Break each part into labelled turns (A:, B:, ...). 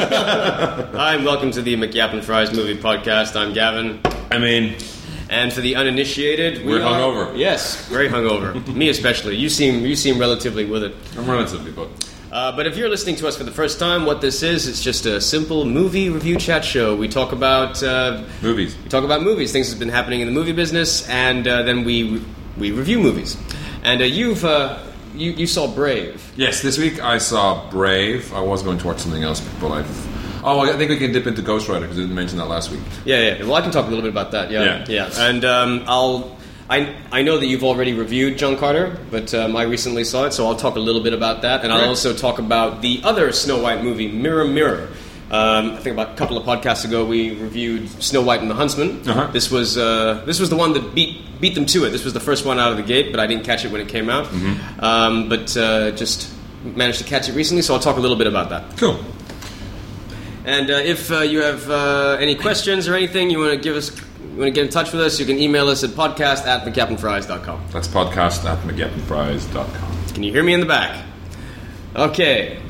A: Hi, and welcome to the McYap and Fries Movie Podcast. I'm Gavin,
B: I mean,
A: and for the uninitiated, we
B: We're
A: are-
B: hungover.
A: Yes, very hungover. Me especially. You seem you seem relatively with it.
B: I'm relatively good.
A: Uh, but if you're listening to us for the first time, what this is, it's just a simple movie review chat show. We talk about uh,
B: Movies.
A: we talk about movies, things that's been happening in the movie business, and uh, then we we review movies. And uh, you've uh, you you saw Brave.
B: Yes, this week I saw Brave. I was going to watch something else, but I've. Oh, I think we can dip into Ghost Rider because I didn't mention that last week.
A: Yeah, yeah. Well, I can talk a little bit about that. Yeah, yeah.
B: Yeah.
A: And um, I'll. I, I know that you've already reviewed John Carter, but um, I recently saw it, so I'll talk a little bit about that, and I'll
B: Right.
A: also talk about the other Snow White movie, Mirror Mirror. Um, I think about a couple of podcasts ago we reviewed Snow White and the Huntsman.
B: Uh-huh.
A: This was uh, this was the one that beat beat them to it. This was the first one out of the gate, but I didn't catch it when it came out. Um, but uh, just managed to catch it recently, so I'll talk a little bit about that.
B: Cool.
A: And uh, if uh, you have uh, any questions or anything you want to give us, you want to get in touch with us, you can email us at podcast at thecaptainfries.com.
B: That's podcast at mcgettinfries.com.
A: Can you hear me in the back? Okay.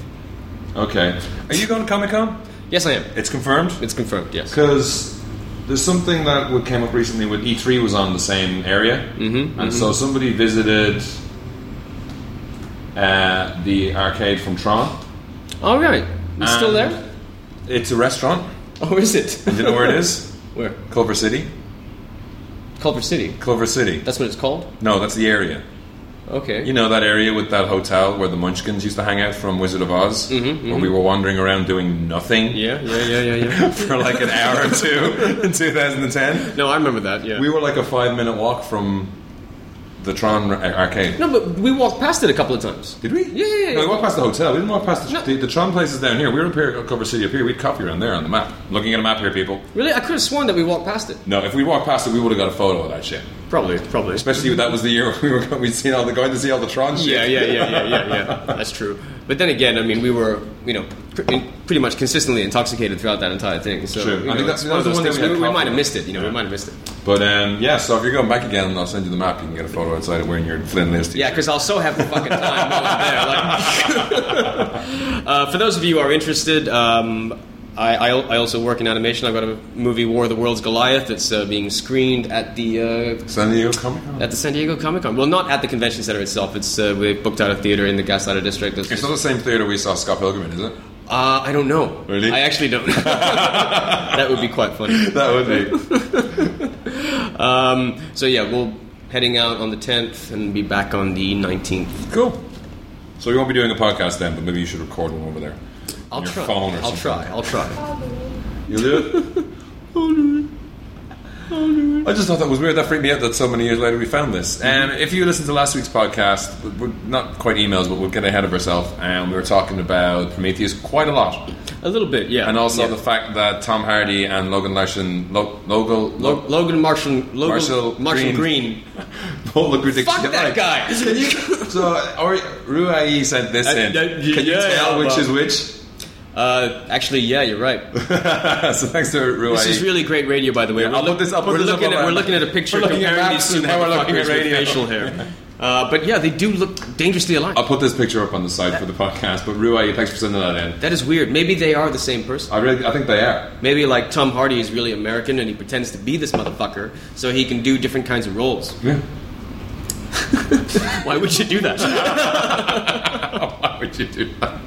B: Okay. Are you going to Comic Con?
A: Yes, I am.
B: It's confirmed?
A: It's confirmed, yes.
B: Because there's something that w- came up recently with E3 was on the same area, mm-hmm, and so somebody visited uh, the arcade from Tron.
A: All right. It's still
B: Um,
A: there?
B: It's a restaurant.
A: Oh, is it?
B: Do you know where it is?
A: Where?
B: Culver City.
A: Culver City.
B: Culver City.
A: That's what it's called?
B: No, that's the area.
A: Okay.
B: You know that area with that hotel where the Munchkins used to hang out from Wizard of Oz, where we were wandering around doing nothing
A: Mm-hmm, yeah, yeah, yeah, yeah, yeah.
B: for like an hour or two in 2010.
A: no, I remember that, yeah.
B: We were like a five-minute walk from the Tron ar- arcade.
A: no, but we walked past it a couple of times.
B: Did we?
A: Yeah, yeah, yeah.
B: No, we walked past the hotel. We didn't walk past the,
A: No.
B: the, the Tron places down here. We were up here at Culver City up here. We'd copy around there on the map. I'm looking at a map here, people.
A: Really? I could have sworn that we walked past it.
B: No, if we walked past it, we would have got a photo of that shit.
A: Probably, probably.
B: Especially that was the year we were go- we'd seen all the going to see all the Tron shit.
A: Yeah, yeah, yeah, yeah, yeah, yeah. That's true. But then again, I mean, we were, you know, pr- pretty much consistently intoxicated throughout that entire thing. So
B: True.
A: you
B: I
A: know,
B: think that's-
A: it's one of
B: that
A: those
B: was the one
A: things
B: that we
A: we,
B: had
A: we might
B: coffee.
A: have missed it. You know, we
B: Yeah.
A: might have missed it.
B: But um, yeah, so if you're going back again, I'll send you the map. You can get a photo outside of wearing your Flynn List.
A: Yeah, because I'll so have the fucking time while I'm there. Like, uh, for those of you who are interested, um, I, I, al- I also work in animation. I've got a movie, War of the Worlds Goliath, that's uh, being screened at the uh,
B: San Diego Comic Con.
A: at the San Diego Comic Con. Well, not at the convention center itself. It's uh, we booked out a theater in the Gaslighter District. It's-
B: It's not the same theater we saw Scott Pilgrim in, is it?
A: Uh, I don't know.
B: Really?
A: I actually don't. that would be quite funny.
B: That would be.
A: Um, so yeah, we'll heading out on the 10th and be back on the 19th.
B: cool. So we won't be doing a podcast then, but maybe you should record one over there.
A: I'll
B: On your
A: try.
B: phone or
A: I'll
B: something.
A: try. I'll try.
B: You'll do it? I just thought that was weird. That freaked me out that so many years later we found this. Um, if you listen to last week's podcast, we- we're not quite emails, but we'll get ahead of ourselves. And we were talking about Prometheus quite a lot.
A: A little bit, yeah.
B: And also
A: Yeah.
B: the fact that Tom Hardy and Logan Larson, Lo- Logan,
A: Lo- Logan Marshall Logan Marshall,
B: Marshall
A: Green.
B: Green. both look ridiculous.
A: Fuck that guy.
B: Can you, so Ori, Ruai sent this
A: Uh,
B: in.
A: yeah,
B: Can you
A: yeah,
B: tell which
A: well-
B: is which?
A: Uh, actually, yeah, you're right.
B: so thanks to Ruai.
A: This is really great radio, by the way.
B: Yeah, I'll
A: We're
B: put this- I'll put
A: we're
B: this up
A: looking
B: on
A: at
B: my-
A: we're looking at a picture
B: We're looking at
A: comparing
B: maps
A: these two
B: and now we're looking
A: motherfuckers
B: at
A: with
B: radio.
A: facial hair. Uh, but yeah, they do look dangerously alike.
B: I'll put this picture up on the side for the podcast. But Ruai, thanks for sending that in.
A: That is weird. Maybe they are the same person.
B: I really, I think they are.
A: Maybe like Tom Hardy is really American and he pretends to be this motherfucker so he can do different kinds of roles.
B: Yeah.
A: Why would you do that?
B: Why would you do that?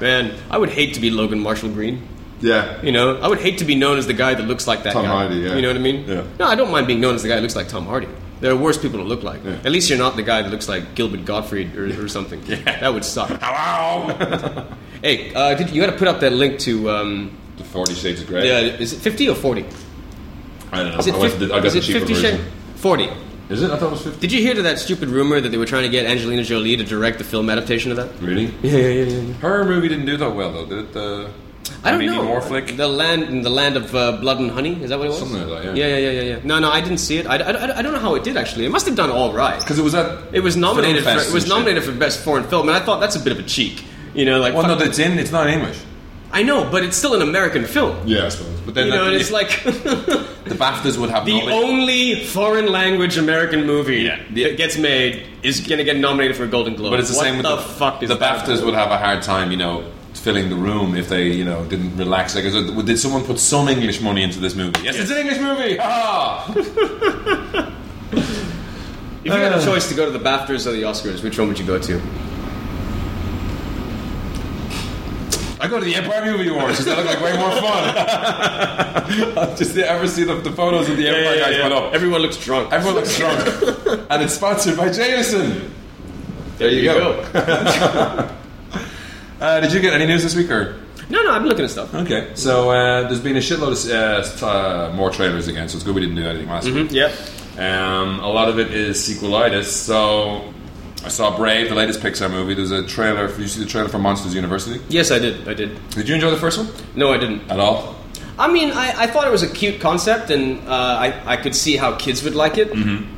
A: Man, I would hate to be Logan Marshall Green.
B: Yeah.
A: You know, I would hate to be known as the guy that looks like that
B: Tom
A: guy.
B: Hardy, yeah.
A: You know what I mean?
B: Yeah.
A: No, I don't mind being known as the guy that looks like Tom Hardy. There are worse people to look like.
B: Yeah.
A: At least you're not the guy that looks like Gilbert Gottfried or, or something. That would suck.
B: Hello.
A: Hey, uh, did, you got to put up that link to. Um,
B: the Forty Shades of Grey.
A: yeah, is it 50 or 40?
B: I don't know.
A: Is it,
B: I, went to
A: 50,
B: the- I got
A: is
B: the
A: it
B: cheaper
A: 50
B: version.
A: Shades? 40.
B: Is it? I thought it was fifty.
A: Did you hear to that stupid rumor that they were trying to get Angelina Jolie to direct the film adaptation of that?
B: Really?
A: Yeah, yeah, yeah. yeah.
B: Her movie didn't do that well though, did it? uh, The
A: I don't
B: Demi
A: know.
B: Moore flick?
A: The land, the land of uh, blood and honey. Is that what it was?
B: Something like that, yeah.
A: Yeah, yeah, yeah, yeah. yeah. No, no, I didn't see it. I, I, I- I don't know how it did actually. It must have done all right.
B: Because it was at
A: It was nominated. For,
B: Film Fest
A: it was
B: and shit.
A: nominated for best foreign film, and I thought that's a bit of a cheek. You know, like
B: Well, no,
A: fuck-
B: it's in. It's not in English.
A: I know, but it's still an American film.
B: Yeah, I suppose. But then
A: You know,
B: that-
A: and it's like the
B: the BAFTAs would have knowledge.
A: only foreign language American movie
B: Yeah.
A: that gets made is going to get nominated for a Golden Globe.
B: But it's the
A: What
B: same with
A: the, fuck is
B: the
A: that?
B: BAFTAs would have a hard time, you know, filling the room if they, you know, didn't relax. Like, is it- did someone put some English money into this movie? Yes, it's an English movie. Ah!
A: If you had a choice to go to the BAFTAs or the Oscars, which one would you go to?
B: I go to the Empire Movie Awards because they look like way more fun. Just they ever see the, the photos of the Empire guys put up.
A: Everyone looks drunk.
B: Everyone looks drunk, and it's sponsored by Jameson.
A: there you, go.
B: Uh, did you get any news this week? Or
A: no, no, I'm looking at stuff.
B: okay, so uh, there's been a shitload of uh, s- uh, more trailers again. So it's good we didn't do anything last week.
A: Yeah.
B: Um, a lot of it is sequelitis. So I saw Brave, the latest Pixar movie. There's a trailer. For, you see the trailer for Monsters University.
A: Yes, I did. I did.
B: Did you enjoy the first one
A: No, I didn't.
B: at all?
A: I mean, I, I thought it was a cute concept, and uh, I, I could see how kids would like it.
B: Mm-hmm.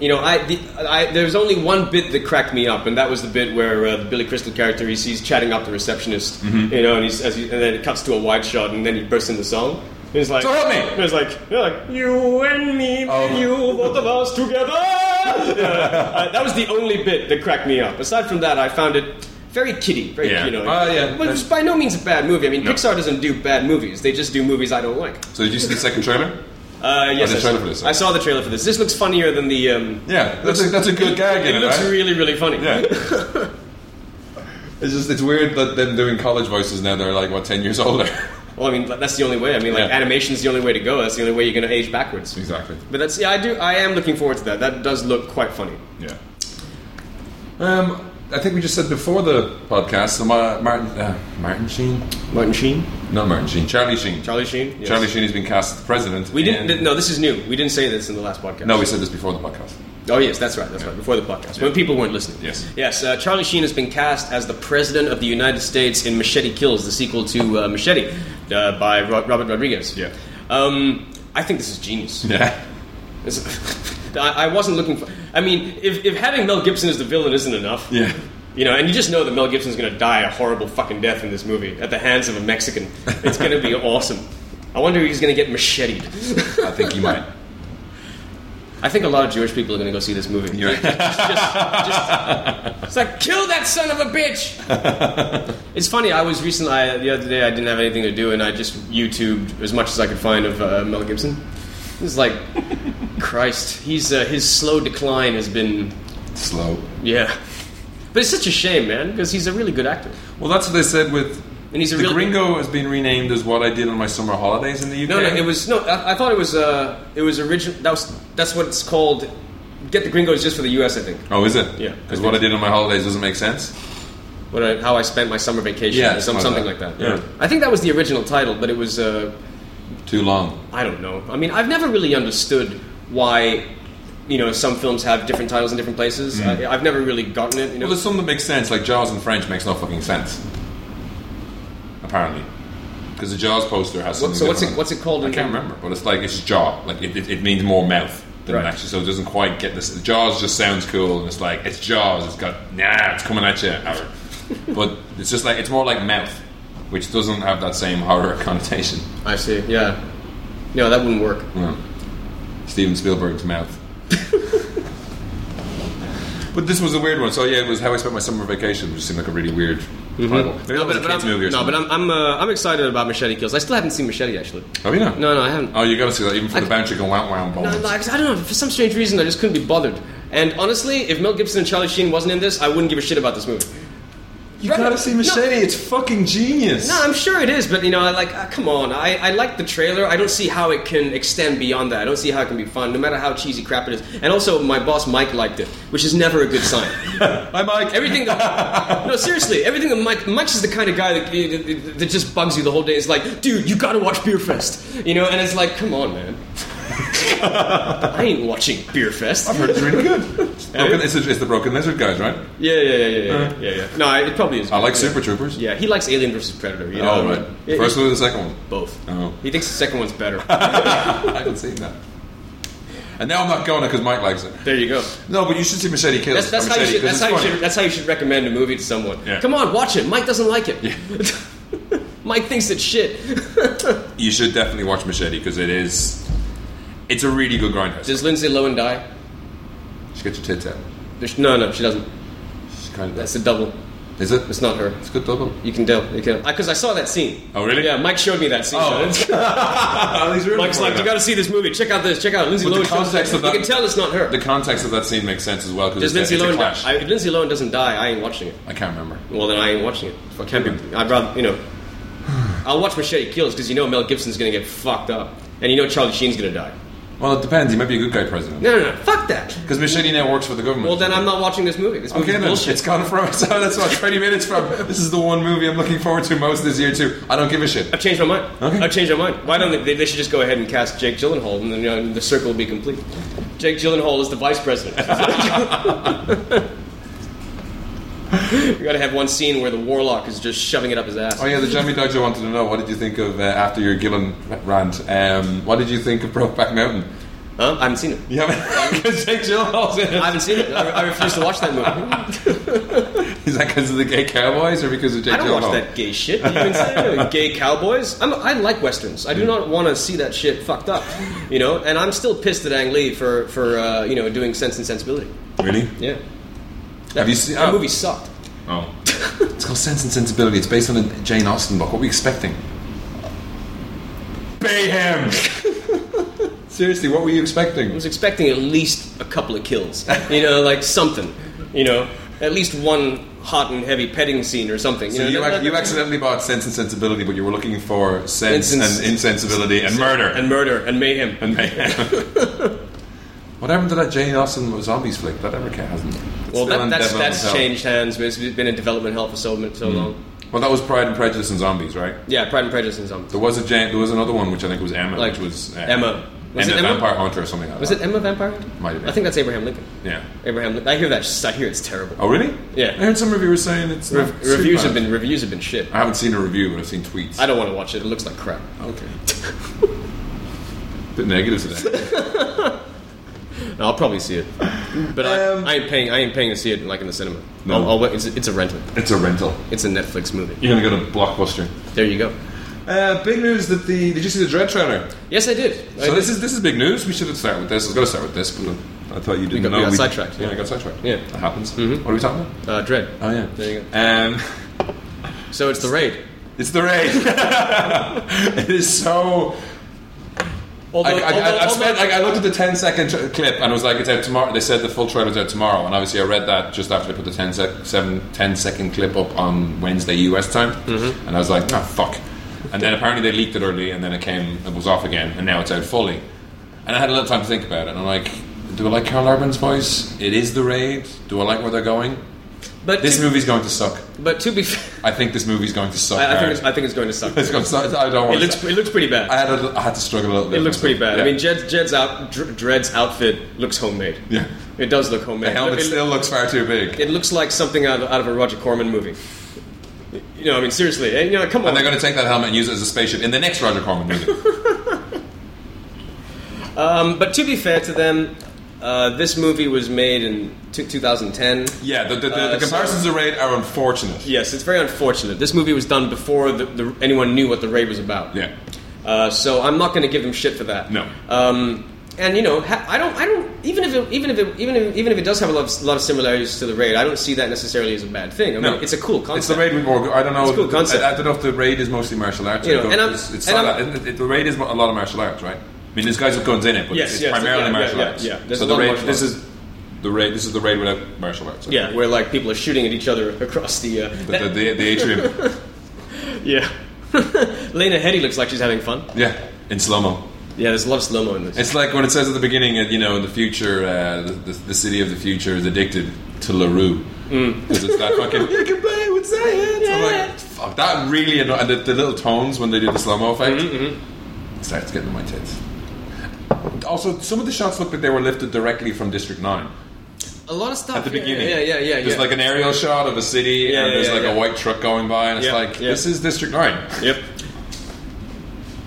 A: You know, I, the, I there's only one bit that cracked me up, and that was the bit where uh, the Billy Crystal character he sees chatting up the receptionist.
B: Mm-hmm.
A: You know, and he's as he, and then it cuts to a wide shot, and then he bursts into song. He's like,
B: So help me!
A: He's like, you're like you and me,
B: Oh.
A: you both of us together. Yeah. Uh, that was the only bit that cracked me up. Aside from that, I found it. Very kiddie, very
B: Yeah.
A: you know.
B: Oh, yeah.
A: But it's by no means a bad movie. I mean,
B: No.
A: Pixar doesn't do bad movies; they just do movies I don't like.
B: So did you see the second trailer?
A: Uh, yes,
B: Oh, the
A: I,
B: trailer
A: saw,
B: for this,
A: I saw the trailer for this. This looks funnier than the. Um,
B: Yeah, that's a, that's a good gag.
A: it
B: in
A: looks
B: right?
A: really, really funny.
B: Yeah. it's just it's weird that them doing college voices now they're like what ten years older.
A: Well, I mean, that's the only way. I mean, like
B: Yeah.
A: animation's the only way to go. That's the only way you're going to age backwards.
B: exactly.
A: But that's yeah, I do. I am looking forward to that. That does look quite funny.
B: Yeah. Um, I think we just said before the podcast. So Ma- Martin uh, Martin Sheen,
A: Martin Sheen,
B: not Martin Sheen, Charlie Sheen.
A: Charlie Sheen, yes.
B: Charlie Sheen has been cast as president.
A: We didn't.
B: in-
A: no, this is new. We didn't say this in the last podcast.
B: No, we said this before the podcast.
A: Oh yes, that's right. That's right. Before the podcast, when people weren't listening.
B: Yes.
A: Yes. Uh, Charlie Sheen has been cast as the president of the United States in Machete Kills, the sequel to uh, Machete, uh, by Ro- Robert Rodriguez.
B: Yeah.
A: Um, I think this is genius.
B: Yeah.
A: It's- I I wasn't looking for. I mean, if, if having Mel Gibson as the villain isn't enough,
B: Yeah.
A: you know, and you just know that Mel Gibson's going to die a horrible fucking death in this movie at the hands of a Mexican. It's going to be awesome. I wonder if he's going to get macheted.
B: I think he might.
A: I think a lot of Jewish people are going to go see this movie.
B: You're right.
A: It's like kill that son of a bitch. it's funny. I was recently I, the other day. I didn't have anything to do, and I just YouTubed as much as I could find of uh, Mel Gibson. It's like Christ. He's uh, his slow decline has been
B: slow.
A: yeah. But it's such a shame, man, because he's a really good actor.
B: Well, that's what they said with.
A: And he's a
B: the
A: real-
B: Gringo has been renamed as what I did on my summer holidays in the UK.
A: No, no, it was no. I, I thought it was uh, it was original. That was that's what it's called. Get the Gringos just for the U.S. I think.
B: Oh, is it?
A: Yeah.
B: Because what I did on my holidays doesn't make sense.
A: What I, how I spent my summer vacation.
B: Yeah,
A: or some, something
B: something
A: like
B: like
A: that.
B: that. Yeah.
A: I think that was the original title, but it was. Uh,
B: Too long.
A: I don't know. I mean, I've never really understood why, you know, some films have different titles in different places. I, I've never really gotten it. You know,
B: Mm. Well, there's some that make sense, like Jaws in French makes no fucking sense. Apparently. Because the Jaws poster has
A: What-
B: something.
A: so what's it
B: different.
A: what's it called?
B: I
A: In
B: can't remember, but it's like it's jaw. Like it, it, it means more mouth than
A: Right.
B: it actually. So it doesn't quite get this. Jaws just sounds cool, and it's like it's Jaws. It's got nah, it's coming at you. Howard. but it's just like it's more like mouth, which doesn't have that same horror connotation.
A: I see. Yeah. No, that wouldn't work.
B: Yeah. Steven Spielberg's mouth. but this was a weird one. So yeah, it was how I spent my summer vacation. Which seemed like a really weird
A: Mm-hmm.
B: title. Maybe that was a kids'
A: I'm,
B: movie or
A: no,
B: something.
A: but I'm I'm, uh, I'm excited about Machete Kills. I still haven't seen Machete actually.
B: oh, you know.
A: No, no, I haven't.
B: Oh, you got to see that even for the bouncer going wow wow
A: No,
B: bones.
A: like, I don't know. For some strange reason, I just couldn't be bothered. And honestly, if Mel Gibson and Charlie Sheen wasn't in this, I wouldn't give a shit about this movie.
B: you
A: Right.
B: gotta see Machete. It's fucking genius.
A: No, Ah, I'm sure it is, but you know, I like, ah, come on. I, I like the trailer. I don't see how it can extend beyond that. I don't see how it can be fun, no matter how cheesy crap it is. And also, my boss Mike liked it, which is never a good sign.
B: Hi, Mike.
A: Everything that, no, seriously, everything that Mike, Mike's just the kind of guy that, that, that just bugs you the whole day. It's like, dude, you gotta watch Beer Fest, you know? And it's like, come on, man. I ain't watching Beer Fest.
B: I've heard it's really good. It's, broken, it's, it's the Broken Lizard guys, right?
A: Yeah, yeah, yeah, yeah,
B: Uh-huh.
A: yeah, yeah, yeah. No, it probably is.
B: I like
A: yeah.
B: Super Troopers.
A: Yeah, he likes Alien versus Predator. You know,
B: Oh, right.
A: Yeah,
B: First
A: he-
B: one or the second one?
A: both.
B: Oh.
A: He thinks the second one's better.
B: I haven't seen that. And now I'm not going because Mike likes it.
A: there you go.
B: No, but you should see Machete Kills.
A: That's, that's
B: or
A: how you should.
B: Machete, 'cause
A: That's how
B: it's
A: you
B: funny.
A: should. That's how you should recommend a movie to someone.
B: Yeah.
A: Come on, watch it. Mike doesn't like it. Mike thinks it's shit.
B: You should definitely watch Machete because it is. It's a really good grindhouse.
A: Does Lindsay Lohan die?
B: Just get your tits out.
A: There's- No, no, she doesn't.
B: She's kind of
A: That's a double.
B: Is it?
A: It's not her.
B: It's good double.
A: You can tell. You can because I saw that scene.
B: Oh, really?
A: Yeah, Mike showed me that scene.
B: Oh.
A: Mike's like, you got to see this movie. Check out this. Check out Lindsay
B: With the
A: Lohan. shows
B: context
A: up.
B: of that-
A: you can tell it's not her.
B: The context of that scene makes sense as well because
A: Does
B: it's,
A: Lindsay
B: a-
A: Lohan?
B: it's a clash.
A: Die? I, if Lindsay Lohan doesn't die, I ain't watching it.
B: I can't remember.
A: Well, then I ain't watching it. I can't be. I'd rather you know. I'll watch Machete Kills because you know Mel Gibson's gonna get fucked up, and you know Charlie Sheen's gonna die.
B: Well, it depends. He might be a good guy president.
A: No, no, no. Fuck that.
B: Because Machete now works for the government.
A: Well, then I'm not watching this movie. This movie's
B: Okay, then
A: bullshit.
B: it's gone from. So that's what 20 minutes from. This is the one movie I'm looking forward to most this year too. I don't give a shit.
A: I've changed my mind.
B: Okay.
A: I've changed my mind. Why don't they, they? should just go ahead and cast Jake Gyllenhaal, and then you know, the circle will be complete. Jake Gyllenhaal is the vice president. you got to have one scene where the warlock is just shoving it up his ass.
B: Oh yeah, the Jamie Dodger wanted to know what did you think of uh, after your Gillen rant? Um, what did you think of Brokeback Mountain?
A: Huh? I haven't seen it.
B: You haven't because Jake Gyllenhaal's in
A: I
B: it.
A: haven't seen it. I, I refuse to watch that movie.
B: Is that because of the gay cowboys or because of Jake
A: I don't watch
B: Gyllenhaal?
A: that gay shit. You can say gay cowboys. I'm, I like westerns. I do not want to see that shit fucked up. You know, and I'm still pissed at Ang Lee for for uh, you know doing Sense and Sensibility.
B: Really?
A: Yeah. That,
B: Have you seen-
A: that
B: oh.
A: movie sucked?
B: Oh. it's called Sense and Sensibility. It's based on a Jane Austen book. What were we expecting? Bayhem. Seriously, what were you
A: I
B: expecting?
A: was expecting at least a couple of kills. You know, like something. You know, at least one hot and heavy petting scene or something.
B: So
A: know,
B: you,
A: that-
B: ac-
A: that-
B: you accidentally bought Sense and Sensibility, but you were looking for sense
A: Insens-
B: and insensibility and murder.
A: and murder and mayhem.
B: and mayhem. what happened to that Jane Austen zombies flick? That ever ca- hasn't. It's
A: well,
B: still
A: that,
B: on
A: that's
B: Devil Mm.
A: that's
B: Hotel.
A: changed hands. but It's been in development hell for so so long.
B: Well, that was Pride and Prejudice and zombies, right?
A: Yeah, Pride and Prejudice and something.
B: There was a Jane, there was another one which I think was Emma,
A: Like,
B: which was uh,
A: Emma. Was
B: and
A: it
B: the
A: Emma?
B: Vampire Hunter or something like
A: Was
B: that.
A: it Emma Vampire?
B: Might have been.
A: I think that's Abraham Lincoln.
B: Yeah.
A: Abraham. Lincoln. I hear that. I hear it's terrible.
B: Oh, really?
A: Yeah.
B: I heard some reviewers saying it's
A: Re-
B: not too
A: reviews
B: bad.
A: have been reviews have been shit.
B: I haven't seen a review, but I've seen tweets.
A: I don't want to watch it. It looks like crap.
B: okay. bit negative today.
A: No, I'll probably see it, but
B: Um,
A: I, I ain't paying. I ain't paying to see it like in the cinema.
B: No.
A: I'll, I'll wait. It's, it's a rental.
B: it's a rental.
A: It's a Netflix movie.
B: You're gonna go to Blockbuster.
A: There you go.
B: Uh, big news that the did you see the Dread trailer?
A: Yes, I did. I
B: So
A: did.
B: this is this is big news. We should have started with this. I was going to start with this, but I thought you didn't
A: got- we
B: know.
A: got sidetracked,
B: Yeah,
A: yeah.
B: I got sidetracked.
A: Yeah.
B: that happens. What are we talking about?
A: uh, Dread.
B: Oh yeah,
A: There you
B: Um,
A: So it's the raid.
B: it's the raid. it is so.
A: Although,
B: I,
A: although-
B: I, I, I, spent,
A: although-
B: I, I looked at the 10 second tr- clip and I was like, it's out tomorrow. They said the full trailer's out tomorrow. And obviously, I read that just after they put the 10, sec- seven, 10 second clip up on Wednesday US time.
A: Mm-hmm.
B: And I was like, oh, fuck. And then apparently they leaked it early and then it came, it was off again. And now it's out fully. And I had a little time to think about it. And I'm like, do I like Carl Urban's voice? It is the raid. Do I like where they're going?
A: but
B: This
A: to,
B: movie's going to suck.
A: But to be, fair,
B: I think this movie's going to suck.
A: I, I think
B: hard.
A: it's, I think it's going to suck.
B: It's
A: it
B: going to suck. I don't want
A: looks it looks pretty
B: I
A: bad.
B: had, a, I had to struggle a little bit.
A: It looks pretty bad.
B: Yeah.
A: I mean, Jed's, Jed's out. Dr- Dred's outfit looks homemade.
B: Yeah.
A: It does look homemade.
B: The helmet
A: it,
B: still looks far too big.
A: it looks like something out of, out of a Roger Corman movie. You know, I mean, seriously. eh, You know, come on.
B: And they're going to take that helmet and use it as a spaceship in the next Roger Corman movie.
A: um, but to be fair to them, uh, this movie was made in t- 2010.
B: yeah, the, the, the, the
A: Uh,
B: comparisons to Raid are unfortunate.
A: Yes, it's very unfortunate. This movie was done before the, the, anyone knew what the raid was about.
B: Yeah.
A: Uh, so I'm not going to give him shit for that.
B: No.
A: Um, and you know, ha- I don't, I don't. Even if, it, even if, it, even if, even if it does have a lot of, lot of similarities to the raid, I don't see that necessarily as a bad thing. I mean,
B: No.
A: it's a cool concept.
B: It's the Raid with more. I don't know.
A: It's a cool concept.
B: I, I don't know if the Raid is mostly martial arts.
A: You know, and I'm-
B: it's, it's
A: and
B: not
A: I'm-
B: that- it- it- the Raid is a lot of martial arts, right? I mean, there's guys with guns in it, but
A: Yes,
B: it's
A: yes,
B: primarily
A: yeah, yeah,
B: martial
A: yeah,
B: arts.
A: yeah. There's
B: so
A: a lot
B: the
A: of
B: Raid.
A: martial
B: This
A: arts.
B: is the Raid. This is the Raid without martial arts. I
A: yeah,
B: think.
A: where like people are shooting at each other across the. Uh,
B: The, the, the, the atrium.
A: yeah. Lena Headey looks like she's having fun.
B: yeah, in slow mo.
A: Yeah, there's a lot of slow mo in this.
B: It's like when it says at the beginning, uh, you know, the future, uh, the, the, the city of the future is addicted to LaRue.
A: Mm.
B: Because it's that fucking, you can play with science. I'm like, fuck, that really annoyed. And the, the little tones when they do the slow mo effect
A: Mm-hmm,
B: starts getting in my tits. Also, some of the shots look like they were lifted directly from District 9
A: A lot of stuff
B: at the
A: yeah,
B: beginning.
A: Yeah, yeah, yeah.
B: There's
A: yeah.
B: like an aerial shot of a city,
A: Yeah,
B: and
A: yeah,
B: there's
A: yeah,
B: like
A: yeah.
B: a white truck going by, and it's
A: Yeah,
B: like,
A: yeah.
B: this is District 9.
A: Yep.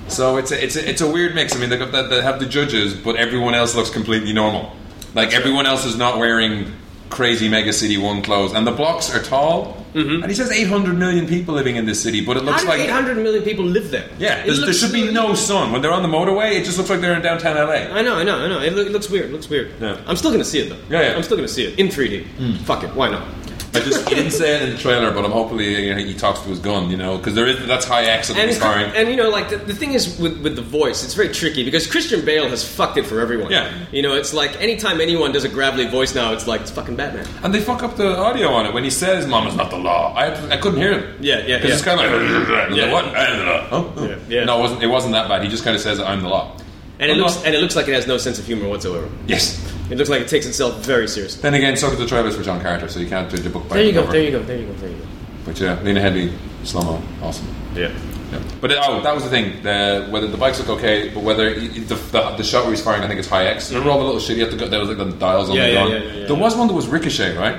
B: So it's a, it's a, it's a weird mix. I mean, they, got the, they have the judges, but everyone else looks completely normal. Like everyone else is not wearing crazy mega city one clothes, and the blocks are tall. And he says 800 million people living in this city, but it
A: Mm-hmm. How
B: looks
A: do
B: like
A: 800 million people live there?
B: yeah,
A: It
B: there's- there
A: looks-
B: should be no sun when they're on the motorway. It just looks like they're in downtown LA.
A: I know, I know, I know. It, loo- it looks weird. It looks weird.
B: Yeah. Hmm.
A: I'm still gonna see it though.
B: Yeah, yeah.
A: I'm still gonna see it in 3D. Fuck it. Why not?
B: I just he didn't say it in the trailer, but I'm hopefully you know, he talks to his gun, you know, because there is that's high X that
A: And,
B: he's firing.
A: and you know, like the, the thing is with, with the voice, it's very tricky because Christian Bale has fucked it for everyone.
B: Yeah.
A: you know, it's like anytime anyone does a gravelly voice now, it's like it's fucking Batman.
B: And they fuck up the audio on it when he says "Mama's not the law." I, had to- I couldn't hear him.
A: Yeah, yeah,
B: Because it's
A: yeah.
B: kind of like,
A: Yeah.
B: what? I don't know. Oh, oh.
A: Yeah, yeah.
B: No, it wasn't. It wasn't that bad. He just kind of says, "I'm the law."
A: And it
B: I'm
A: looks
B: not-
A: and it looks like it has no sense of humor whatsoever.
B: yes.
A: It looks like it takes itself very seriously.
B: Then again, so did the trailers for John Carter, so you can't judge a book by
A: There you go.
B: the cover.
A: There you go. There you go. There you go.
B: But yeah, Lena Headey, slow mo, awesome.
A: Yeah.
B: Yeah. But it, oh, that was the thing. The, whether the bikes look okay, but whether y- y- the, the, the shot where he's firing, I think it's high X. Remember all the little shit you have to go. There was like the dials on
A: Yeah,
B: the
A: yeah,
B: gun.
A: yeah, yeah, yeah.
B: there was one that was ricochet, right?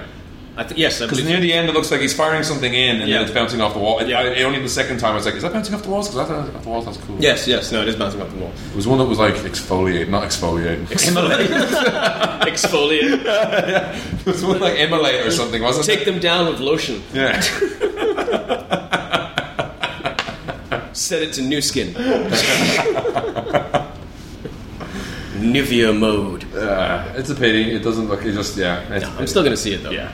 A: I th- yes, I
B: Because
A: believe-
B: near the end, it looks like he's firing something in, and
A: Yeah.
B: then it's bouncing off the wall. It,
A: Yeah.
B: I, it only the second time I was like, "Is that bouncing off the walls?" Because I thought off the walls that's cool.
A: yes, yes. No, it is bouncing off the wall.
B: it was one that was like exfoliate, not exfoliate.
A: Exfoliate.
B: it was one like immolate or something, wasn't
A: Take
B: it?
A: them down with lotion.
B: Yeah.
A: Set it to new skin. Nivea mode.
B: Uh, it's a pity. It doesn't look. It just yeah. It's,
A: I'm still gonna see it though.
B: yeah.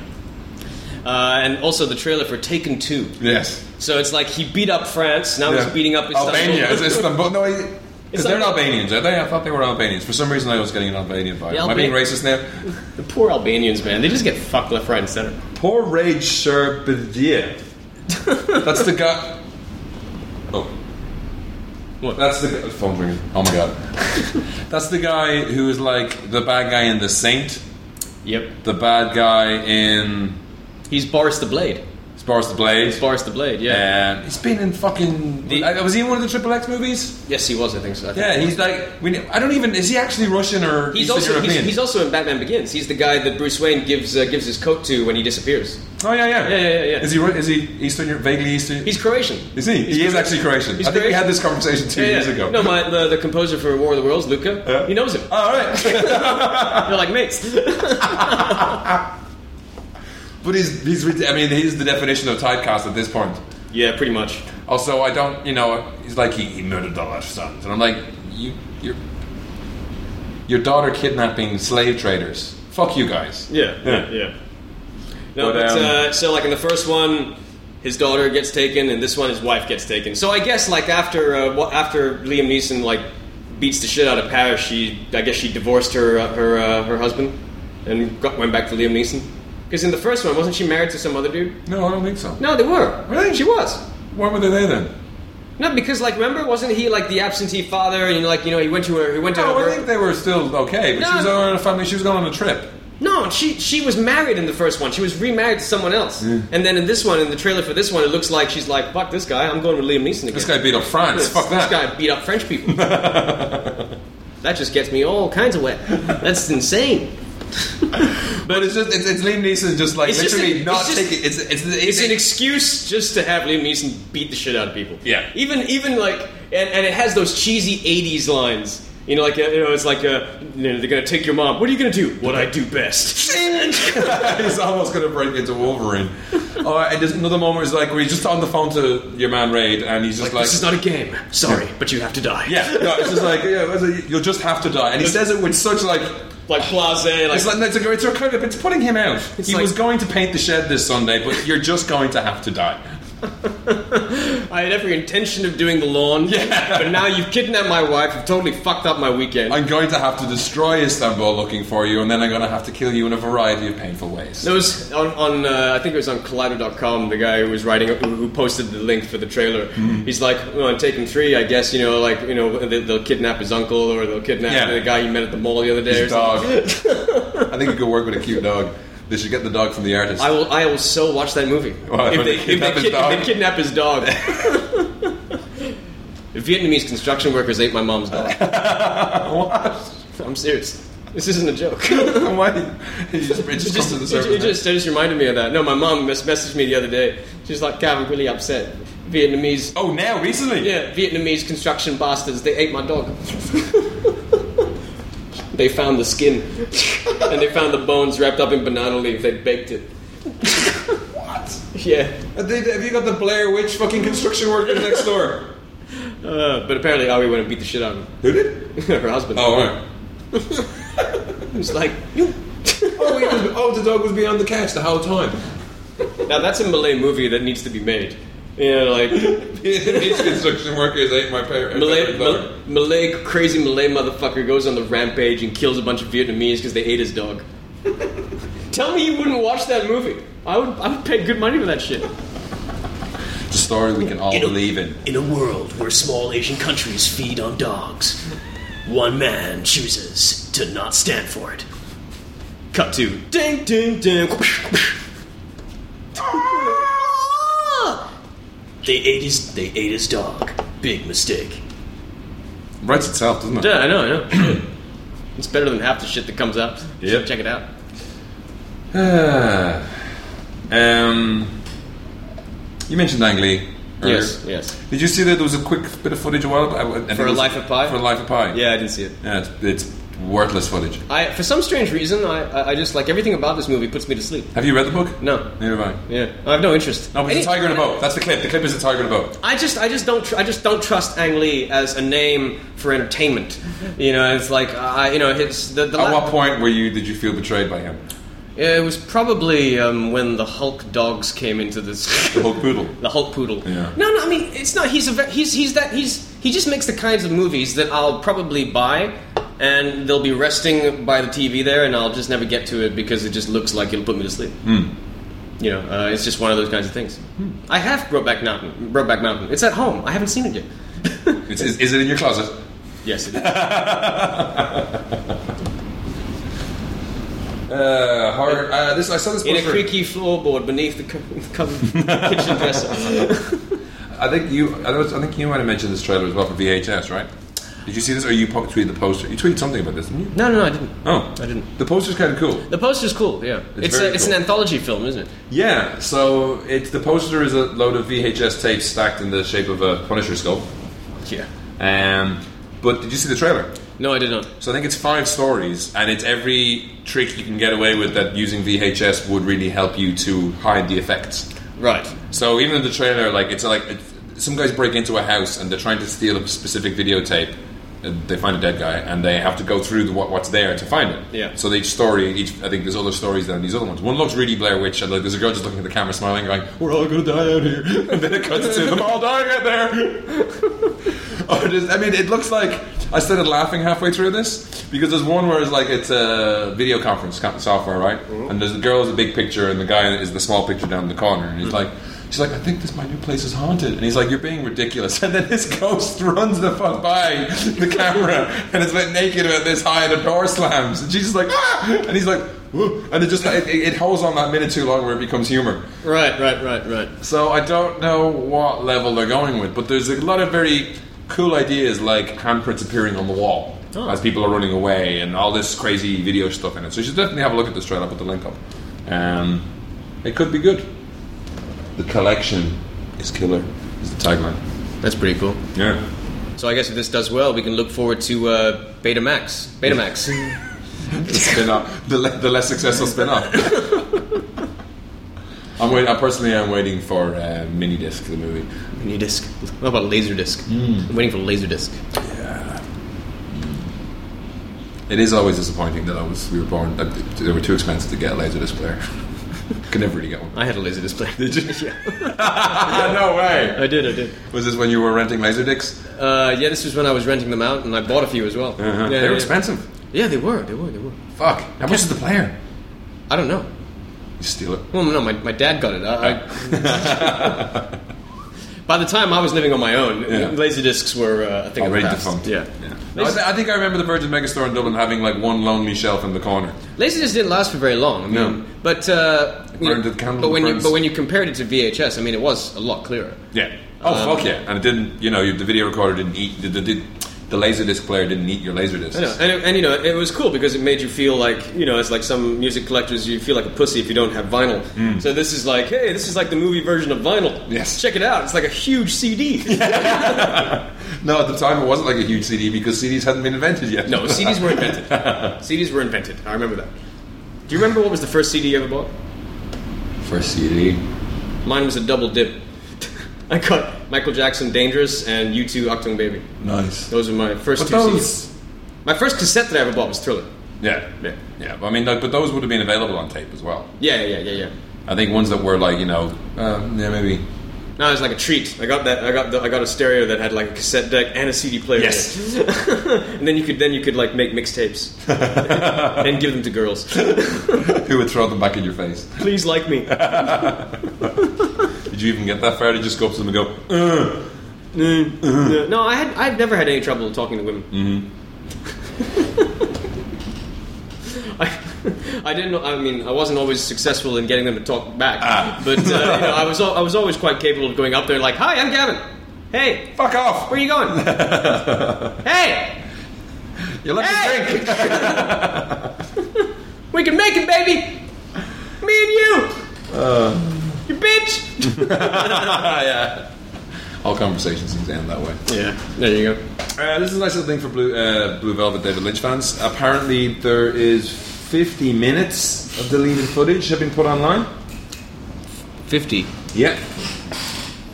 A: Uh, and also the trailer for Taken Two.
B: Yes.
A: So it's like he beat up France. Now
B: Yeah.
A: he's beating up Istanbul.
B: Albania. Is it Istanbul? No,
A: It's
B: because they're
A: like-
B: Albanians, are they? I thought they were Albanians. For some reason, I was getting an Albanian vibe.
A: Yeah,
B: Am I being
A: Alban-
B: racist now?
A: the poor Albanians, man. They just get fucked left, right, and center.
B: Poor Rage Sherbedier. That's the guy. Oh.
A: What?
B: That's the guy. Phone ringing. Oh my god. That's the guy who is like the bad guy in The Saint,
A: Yep.
B: the bad guy in
A: He's Boris the Blade.
B: Sparse the Blade.
A: He's Boris the Blade. Yeah.
B: Um, he's been in fucking.
A: The-
B: I- was he in one of the Triple X movies?
A: Yes, he was. I think so. I think
B: Yeah, he's like. We, I don't even. Is he actually Russian or
A: He's
B: Eastern
A: also he's,
B: European?
A: he's also in Batman Begins. He's the guy that Bruce Wayne gives uh, gives his coat to when he disappears.
B: Oh yeah, yeah,
A: Yeah, yeah, yeah, yeah.
B: Is he Ru- is he Eastern Europe, vaguely Eastern?
A: He's Croatian.
B: is he? He is actually Croatian.
A: He's
B: I think we
A: Croatian.
B: had this conversation two
A: Yeah,
B: years
A: yeah.
B: ago.
A: No, my, the, the composer for War of the Worlds, Luca,
B: Yeah.
A: he knows him.
B: All right,
A: They're like mates.
B: but he's he's. rid- I mean, he's the definition of typecast at this point.
A: yeah, pretty much.
B: Also, I don't. You know, he's like he, he murdered all our sons, and I'm like, you, your, your daughter kidnapping slave traders. Fuck you guys.
A: Yeah, yeah, yeah. No,
B: But,
A: but,
B: um,
A: uh, so like in the first one, his daughter gets taken, and this one, his wife gets taken. So I guess like after uh, wha- after Liam Neeson like beats the shit out of Paris, she I guess she divorced her uh, her uh, her husband and got, went back to Liam Neeson. Because in the first one, wasn't she married to some other dude?
B: No, I don't think so.
A: No, they were.
B: Really?
A: She was.
B: Why were they there then?
A: No, because like remember, wasn't he like the absentee father? And like you know, he went to her. He went to
B: No,
A: her.
B: I think they were still okay, but she
A: No.
B: was on a family. She was going on a trip.
A: No, she she was married in the first one. She was remarried to someone else. And then in this one, in the trailer for this one, it looks like she's like, "Fuck this guy! I'm going with Liam Neeson again."
B: This guy beat up France.
A: This-
B: Fuck that.
A: This guy beat up French people. that just gets me all kinds of wet. That's insane.
B: But it's just it's, it's Liam Neeson just like
A: It's just
B: literally
A: an-
B: not
A: it's just-
B: taking it's it's, it's,
A: It's an excuse just to have Liam Neeson beat the shit out of people.
B: Yeah.
A: Even even like and, and it has those cheesy '80s lines. You know, like uh, you know, it's like uh, you know, they're gonna take your mom. What are you gonna do? What I do best.
B: he's almost going to break into Wolverine. Oh, and there's another moment where he's like where he's just on the phone to your man Raid, and he's just like.
A: this is not a game. Sorry, but you have to die.
B: yeah, no, it's just like yeah, it's like, you'll just have to die, and he says it with such like
A: like blase, like,
B: it's like it's, a, it's a clip, it's putting him out.
A: It's
B: he
A: like-
B: was going to paint the shed this Sunday, but you're just going to have to die.
A: I had every intention of doing the lawn,
B: Yeah.
A: but now you've kidnapped my wife, you've totally fucked up my weekend.
B: I'm going to have to destroy Istanbul looking for you, and then I'm going to have to kill you in a variety of painful ways.
A: there was on, on uh, I think it was on Collider.com. The guy who was writing, who who posted the link for the trailer,
B: Mm-hmm.
A: he's like, "Well, on Taken Three, I guess you know, like you know, they- they'll kidnap his uncle or they'll kidnap
B: Yeah.
A: the guy you met at the mall the other day."
B: His
A: or
B: dog.
A: something.
B: I think you could work with a cute dog. They should get the dog from the artist.
A: I will. I will so watch that movie
B: Why,
A: if,
B: when
A: they,
B: they
A: if, they
B: kidnap his
A: kid,
B: dog?
A: if they kidnap his dog. If Vietnamese construction workers ate my mom's dog. I'm serious. This isn't a joke.
B: Why? It just, it
A: It
B: just comes
A: just,
B: to the
A: it,
B: surface.
A: it just, it just reminded me of that. No, my mom mes- messaged me the other day. She's like, Calvin, really upset. Vietnamese,
B: oh, now recently.
A: yeah, Vietnamese construction bastards, they ate my dog. they found the skin. and they found the bones wrapped up in banana leaf. They baked it. what? Yeah.
B: Have, they, have you got the Blair Witch fucking construction worker next door?
A: Uh, but apparently Ari went and beat the shit out of him.
B: Who did?
A: Her husband.
B: Oh, all right.
A: He was like, you.
B: Oh, he was, oh, the dog was behind the couch the whole time.
A: Now that's a Malay movie that needs to be made. You know, like
B: These construction workers ate my parents.
A: Malay, Mal- Malay, crazy Malay motherfucker goes on the rampage and kills a bunch of Vietnamese because they ate his dog. Tell me you wouldn't watch that movie. I would, I would pay good money for that shit.
B: the story we can all believe in.
C: In a world where small Asian countries feed on dogs, one man chooses to not stand for it.
A: Cut to ding, ding, ding.
C: They ate his they ate his dog. Big mistake.
B: Writes itself, doesn't it?
A: Yeah, I know, I know. it's better than half the shit that comes up.
B: Yep.
A: Check it out.
B: Ah. um, you mentioned Ang Lee. earlier.
A: Yes, yes.
B: Did you see that there was a quick bit of footage a while ago? I- I think it
A: a
B: was-
A: Life of Pi?
B: For a Life of Pi.
A: Yeah, I didn't see it.
B: Yeah, it's, it's worthless footage.
A: I, for some strange reason, I, I, I just like everything about this movie puts me to sleep.
B: Have you read the book?
A: No,
B: Neither have I.
A: yeah, I have no interest.
B: No, but it's
A: Any-
B: a tiger in a boat. That's the clip. The clip is a tiger in a boat.
A: I just, I just don't, tr- I just don't trust Ang Lee as a name for entertainment. You know, it's like, I, you know, it's the, the
B: At
A: la-
B: what point were you? Did you feel betrayed by him?
A: it was probably um, when the Hulk dogs came into this.
B: The Hulk poodle.
A: The Hulk poodle.
B: Yeah.
A: No, no. I mean, it's not. He's a. ve- He's he's that. He's he just makes the kinds of movies that I'll probably buy, and they'll be resting by the TV there, and I'll just never get to it because it just looks like it'll put me to sleep.
B: Hmm.
A: You know, uh, it's just one of those kinds of things. I have Brokeback Mountain. Brokeback Mountain. It's at home. I haven't seen it yet.
B: It's, is, is it in your closet?
A: yes, it is.
B: Uh, horror. Uh, this I saw this
A: In a
B: poster.
A: creaky floorboard beneath the co- co- kitchen dresser.
B: I think you. I, was, I think you might have mentioned this trailer as well for VHS, right? Did you see this, or you po- tweeted the poster? You tweeted something about this, didn't you?
A: no, no, no, I didn't.
B: Oh,
A: I didn't.
B: The poster's kind of cool.
A: The poster's cool. Yeah, it's,
B: very
A: a, it's
B: cool.
A: an anthology film, isn't it?
B: Yeah. So it's the poster is a load of VHS tapes stacked in the shape of a Punisher skull.
A: Yeah.
B: Um, but did you see the trailer?
A: No, I did not.
B: So I think it's five stories, and it's every trick you can get away with that using VHS would really help you to hide the effects.
A: Right.
B: So even in the trailer, like it's like it's, some guys break into a house and they're trying to steal a specific videotape. and They find a dead guy, and they have to go through the, what, what's there to find it.
A: Yeah.
B: So each story, each I think there's other stories than these other ones. One looks really Blair Witch, and like there's a girl just looking at the camera, smiling, going, "We're all gonna die out here." And then it cuts to them all dying out there. Or just- I mean, Oh, it looks like I started laughing halfway through this because there's one where it's like it's a video conference co- software, right? And there's the girl is a big picture and the guy is the small picture down in the corner, and he's like. She's like, I think this my new place is haunted, and he's like, "You're being ridiculous." And then this ghost runs the fuck by the camera, and it's like naked about this high, and the door slams, and she's just like, "Ah!" And he's like, "Whoa." and it just it, it it holds on that minute too long where it becomes humor.
A: Right, right, right, right.
B: So I don't know what level they're going with, but there's a lot of very cool ideas like handprints appearing on the wall
A: Oh.
B: as people are running away and all this crazy video stuff in it. So you should definitely have a look at this trailer. I'll put the link up. Um, it could be good. The collection is killer. Is the tagline?
A: That's pretty cool.
B: Yeah.
A: So I guess if this does well, we can look forward to uh, Betamax. Betamax.
B: The spin-off, the, le- the less successful spin-off. I'm waiting. I personally am waiting for uh, mini disc the movie.
A: New disc. Hmm. What about Laserdisc? I'm waiting for Laserdisc.
B: It is always disappointing that I was we were born. That they were too expensive to get a laserdisc player. Could never really get one.
A: I had a Laserdisc player. Did you? yeah.
B: Ah, no way.
A: I did, I did.
B: Was this when you were renting laserdiscs?
A: Uh, yeah, this was when I was renting them out, and I bought a few as well. Yeah,
B: they
A: Uh-huh. yeah,
B: were
A: yeah.
B: expensive.
A: Yeah, they were, they were, they were.
B: Fuck. How much is the player?
A: I don't know.
B: You steal it.
A: Well, no, my, my dad got it. I, I, by the time I was living on my own,
B: Yeah.
A: Laserdiscs were uh, a thing of the
B: Already
A: past.
B: defunct.
A: Yeah.
B: No, I, th- I think I remember the Virgin Megastore in Dublin having like one lonely shelf in the corner.
A: Laserdisc didn't last for very long. I mean,
B: No.
A: but uh, you
B: Burned
A: know,
B: the candle
A: but when you
B: burns.
A: but when you compared it to VHS, I mean, it was a lot clearer.
B: Yeah. Oh
A: Um,
B: fuck yeah! And it didn't. You know, you- the video recorder didn't eat. The, the, the, the laserdisc player didn't eat your laserdiscs.
A: I know, and, it- and you know, it was cool because it made you feel like you know, it's like some music collectors, you feel like a pussy if you don't have vinyl. So this is like, hey, this is like the movie version of vinyl.
B: Mm. Yes.
A: check it out. It's like a huge CD.
B: No, at the time it wasn't like a huge CD because CDs hadn't been invented yet.
A: no, CDs were invented. CDs were invented. I remember that. Do you remember what was the first CD you ever bought?
B: First CD.
A: Mine was a double dip. I got Michael Jackson, Dangerous, and U2, Octung Baby.
B: Nice.
A: Those were my first
B: But
A: two
B: those.
A: CDs. My first cassette that I ever bought was Thriller.
B: Yeah,
A: Yeah.
B: yeah. But I mean, like, but those would have been available on tape as well.
A: Yeah, yeah, yeah, yeah.
B: I think ones that were like you know, uh, yeah, maybe.
A: No, it was like a treat. I got that. I got the, I got a stereo that had like a cassette deck and a CD player. in
B: Yes.
A: it. and then you could then you could like make mixtapes and give them to girls.
B: Who would throw them back in your face?
A: Please like me.
B: Did you even get that far? Did you just go up to them and go, "Uh,
A: no, no, I had I've never had any trouble talking to women.
B: Mm-hmm.
A: I, I didn't. know- I mean, I wasn't always successful in getting them to talk back,
B: Ah.
A: but uh, you know, I was al- I was always quite capable of going up there and like, "Hi, I'm Gavin. Hey,
B: fuck off?
A: where you going? hey,
B: You left
A: Hey!
B: me drink.
A: we can make it, baby. Me and you. You bitch.
B: yeah. All conversations seem to end that way.
A: Yeah, there you go.
B: Uh, this is a nice little thing for Blue, uh, Blue Velvet David Lynch fans. Apparently, there is 50 minutes of deleted footage have been put online.
A: Fifty.
B: Yeah.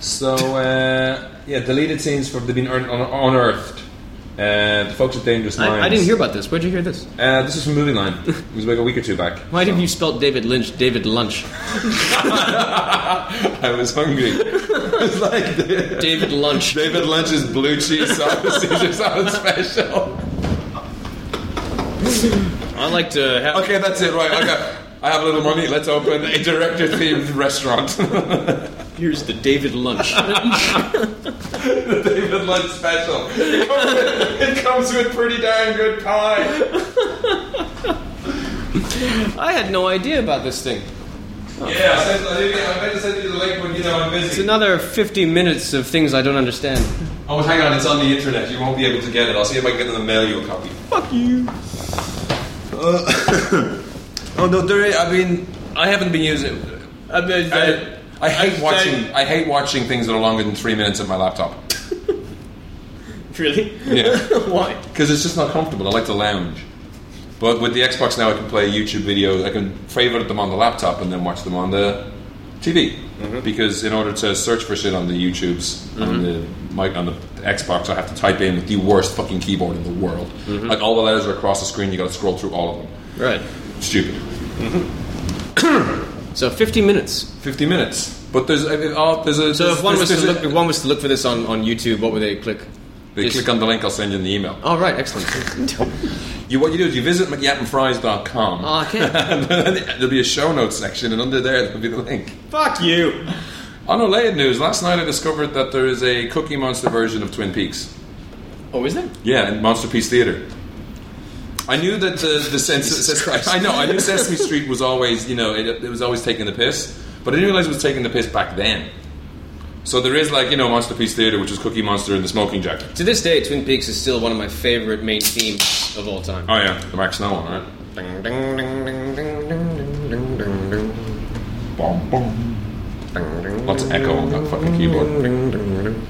B: So, uh, yeah, deleted scenes from they've been un- un- unearthed. Uh, the folks at Dangerous Minds.
A: I, I didn't hear about this. Where'd you hear this?
B: Uh, this is from Movie Line. It was like a week or two back.
A: Why have you spelt David Lynch David Lunch?
B: I was hungry. it was like the-
A: David Lunch.
B: David Lynch's blue cheese sauce Caesar salad special.
A: I like to have.
B: Okay, that's it. Right, I got. I have a little money. Let's open a director-themed restaurant.
A: Here's the David Lunch.
B: David Lynch special. It comes, with, it comes with pretty darn good pie.
A: I had no idea about this thing.
B: Yeah, I, sent, I, think- I meant to send you the link when you know I'm
A: It's
B: busy.
A: another 50 minutes of things I don't understand.
B: oh, hang on, it's on the internet. You won't be able to get it. I'll see if I can get in the mail you a copy.
A: Fuck you.
B: Oh no, there. is- I mean, I haven't been using it.
A: I mean,
B: I,
A: I-
B: I hate
A: I-
B: watching. I hate watching things that are longer than three minutes at my laptop.
A: really?
B: Yeah,
A: Why?
B: because it's just not comfortable. I like to lounge. But with the Xbox now, I can play YouTube videos. I can favorite them on the laptop and then watch them on the TV.
A: Mm-hmm.
B: Because in order to search for shit on the YouTubes on the
A: Mm-hmm.
B: mic on the Xbox, I have to type in with the worst fucking keyboard in the world.
A: Mm-hmm.
B: Like all the letters are across the screen. You got to scroll through all of them.
A: Right.
B: Stupid.
A: So 50 minutes.
B: Fifty minutes. But there's uh, uh, there's a
A: So if one was
B: there's,
A: to
B: there's
A: look,
B: a-
A: if one was to look for this on, on YouTube, what would they click?
B: they
A: Just-
B: click on the link. I'll send you an email.
A: Oh, right. Excellent.
B: You, what you do is you visit mcyappandfries.com.
A: Oh, okay.
B: and then there'll be a show notes section, and under there there'll be the link.
A: Fuck you.
B: On related news, last night I discovered that there is a Cookie Monster version of Twin Peaks.
A: Oh, is there?
B: Yeah, in Monster Peace Theater. I knew that the the sense. I know. I knew Sesame Street was always, you know, it, it was always taking the piss, but I didn't realize it was taking the piss back then. So there is like you know Monster Peace Theater, which is Cookie Monster in the smoking jacket.
A: To this day, Twin Peaks is still one of my favorite main themes of all time.
B: Oh yeah, the Max Snow one, right?
A: Ding, ding, ding, ding, ding, ding, ding, ding, ding.
B: Bom, bom. Lots of echo on that fucking keyboard.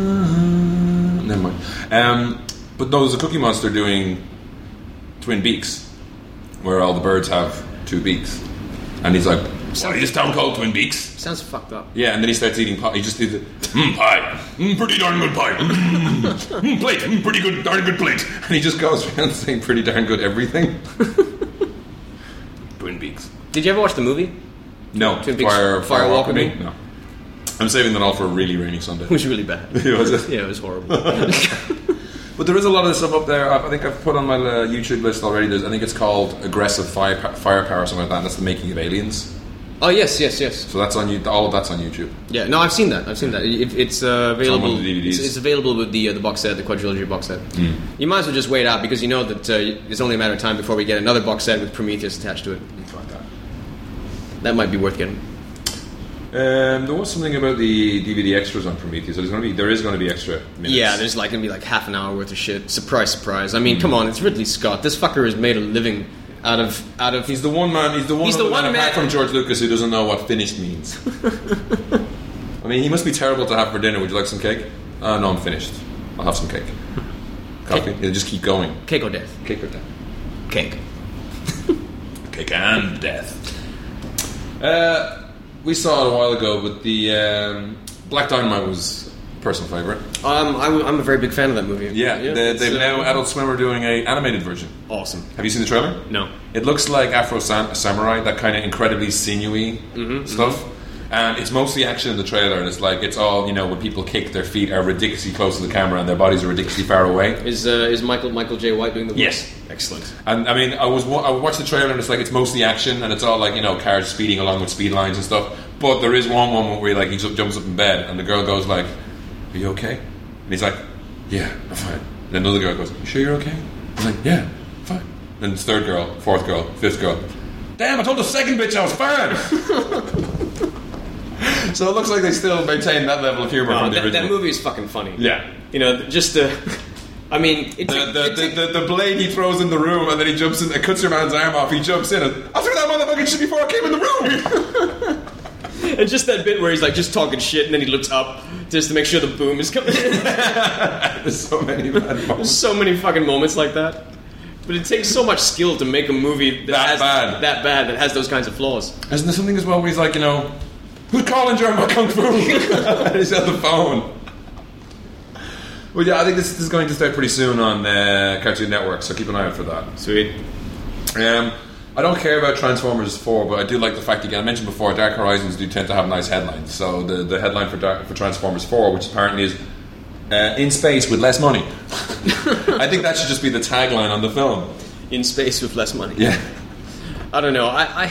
B: Never mind. Um, but no, there's a Cookie Monster doing twin beaks, where all the birds have two beaks, and he's like, "What is town called Twin Beaks?"
A: Sounds fucked up.
B: Yeah, and then he starts eating pie. He just did the mmm pie, mmm pretty darn good pie, mmm mm, plate, mmm pretty good darn good plate, and he just goes around saying pretty darn good everything. twin Beaks.
A: Did you ever watch the movie?
B: No,
A: Twin Peaks,
B: Fire,
A: Fire
B: Fire
A: Walk
B: Walk with
A: with
B: Me. No, I'm saving that all for a really rainy Sunday.
A: It was really bad.
B: Was it?
A: Yeah, it was horrible.
B: But there is a lot of stuff up there. I I think I've put on my uh, YouTube list already. There's, I think it's called Aggressive Fire, Firepower or something like that. That's the making of Aliens.
A: oh yes, yes, yes.
B: So that's on you. All of that's on YouTube.
A: Yeah, no, I've seen that. I've seen that. It, it's uh, available.
B: on the DVDs.
A: It's, it's available with the uh, the box set, the quadrilogy box set. You might as well just wait out because you know that uh, it's only a matter of time before we get another box set with Prometheus attached to it.
B: Fuck that.
A: That might be worth getting.
B: Um, there was something about the DVD extras on Prometheus. So there's going to be there is going to be extra minutes.
A: Yeah, there's like gonna be like half an hour worth of shit. Surprise, surprise. I mean, come on, it's Ridley Scott. This fucker has made a living out of out of.
B: He's the one man. He's the one.
A: He's the
B: other
A: one
B: apart
A: man-
B: from George Lucas who doesn't know what finished means. I mean, he must be terrible to have for dinner. Would you like some cake? Uh, no, I'm finished. I'll have some cake. Coffee. Yeah, just keep going.
A: cake or death.
B: Cake or death.
A: Cake.
B: Cake and death. Uh, we saw it a while ago, but the um, Black Dynamite was personal favorite.
A: Um, I'm, I'm a very big fan of that movie.
B: Yeah, they,
A: it's,
B: they've
A: uh,
B: now Adult Swim are doing a animated version.
A: awesome.
B: Have you seen the trailer?
A: No.
B: It looks like Afro Sam- Samurai, that kind of incredibly sinewy stuff. And it's mostly action in the trailer, and it's like it's all you know when people kick, their feet are ridiculously close to the camera, and their bodies are ridiculously far away.
A: Is uh, is Michael Michael J. White doing the voice?
B: Yes.
A: excellent.
B: And I mean, I was wa- I watched the trailer and it's like it's mostly action and it's all like you know cars speeding along with speed lines and stuff. But there is one moment where like he ju- jumps up in bed and the girl goes like, "Are you okay?" And he's like, "Yeah, I'm fine." And then another girl goes, "You sure you're okay?" He's like, "Yeah, fine." Then this third girl, fourth girl, fifth girl. Damn! I told the second bitch I was fine. so it looks like they still maintain that level of humor
A: No,
B: from the
A: Oh, that,
B: original.
A: that movie is fucking funny.
B: Yeah.
A: you know, th- just uh, I mean, it
B: The,
A: took-
B: the,
A: it took-
B: the, the, the blade he throws in the room and then he jumps in and cuts your man's arm off. He jumps in and I threw that motherfucking shit before I came in the room.
A: and just that bit where he's like just talking shit, and then he looks up just to make sure the boom is coming.
B: There's so many bad
A: There's
B: moments.
A: so many fucking moments like that. But it takes so much skill to make a movie that,
B: That
A: has,
B: bad.
A: that bad that has those kinds of flaws.
B: Isn't there something as well where he's like, you know, who's calling during my kung fu? and he's on the phone. Well, yeah, I think this, this is going to start pretty soon on uh, Cartoon Network, so keep an eye out for that.
A: Sweet.
B: Um, I don't care about Transformers 4, but I do like the fact, again, I mentioned before, Dark Horizons do tend to have nice headlines. So the, the headline for, Dark, for Transformers 4, which apparently is uh, In Space with Less Money. I think that should just be the tagline on the film.
A: In space with less money.
B: Yeah.
A: I don't know. I I,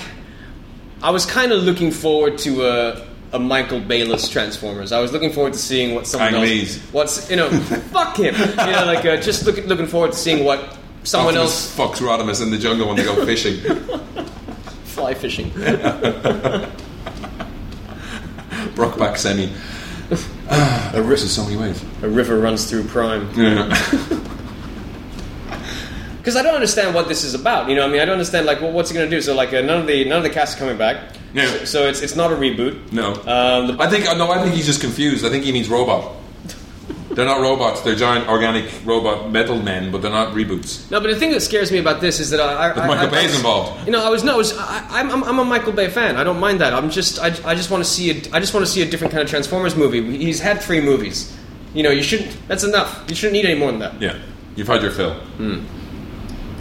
A: I was kind of looking forward to a, a Michael Bayless Transformers. I was looking forward to seeing what someone
B: Ang
A: else.
B: Lee's.
A: What's you know? fuck him. You know, like uh, just look, looking forward to seeing what someone else
B: Optimus fucks Rodimus in the jungle when they go fishing.
A: fly fishing.
B: Brockback semi. Ah, it rips in so many ways.
A: a river runs through Prime.
B: Yeah.
A: because I don't understand what this is about. You know, I mean, I don't understand like well, what's it going to do. So like, uh, none of the none of the cast is coming back.
B: Yeah.
A: So, so it's it's not a reboot.
B: No.
A: Um, the,
B: I think uh, no. I think he's just confused. I think he means robot. They're not robots. They're giant organic robot metal men, but they're not reboots.
A: no, but the thing that scares me about this is that I, I I-
B: Michael
A: I-
B: Bay's
A: I-
B: involved.
A: You know, I was no, I was, I, I'm I'm I'm a Michael Bay fan. I don't mind that. I'm just I, I just want to see a, I just want to see a different kind of Transformers movie. He's had three movies. You know, you shouldn't. That's enough. You shouldn't need any more than that.
B: Yeah, you've had your fill.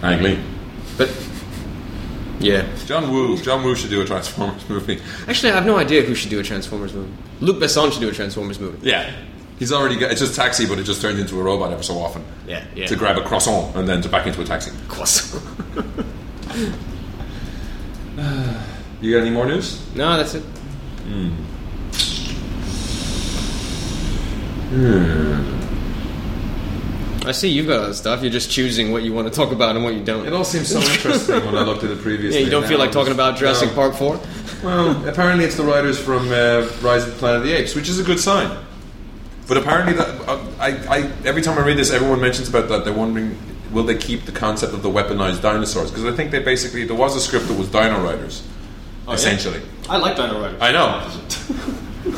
B: Ang Lee,
A: But yeah,
B: John Woo. John Woo should do a Transformers movie.
A: actually, I have no idea who should do a Transformers movie. Luke Besson should do a Transformers movie.
B: Yeah, he's already got. It's just taxi, but it just turns into a robot every so often.
A: Yeah, yeah.
B: To grab a croissant and then to back into a taxi.
A: Of course.
B: You got any more news?
A: no, that's it. Hmm. I see you've got other stuff. You're just choosing what you want to talk about and what you don't.
B: It all seems so interesting when I looked at it previously.
A: Yeah, you don't feel like talking about Jurassic
B: Park.
A: Park 4?
B: Well, apparently it's the writers from uh, Rise of the Planet of the Apes, which is a good sign. But apparently, that, uh, I, I, every time I read this, everyone mentions about that. They're wondering, will they keep the concept of the weaponized dinosaurs? Because I think they basically there was a script that was Dino Riders, essentially.
A: I like Dino Riders.
B: I know.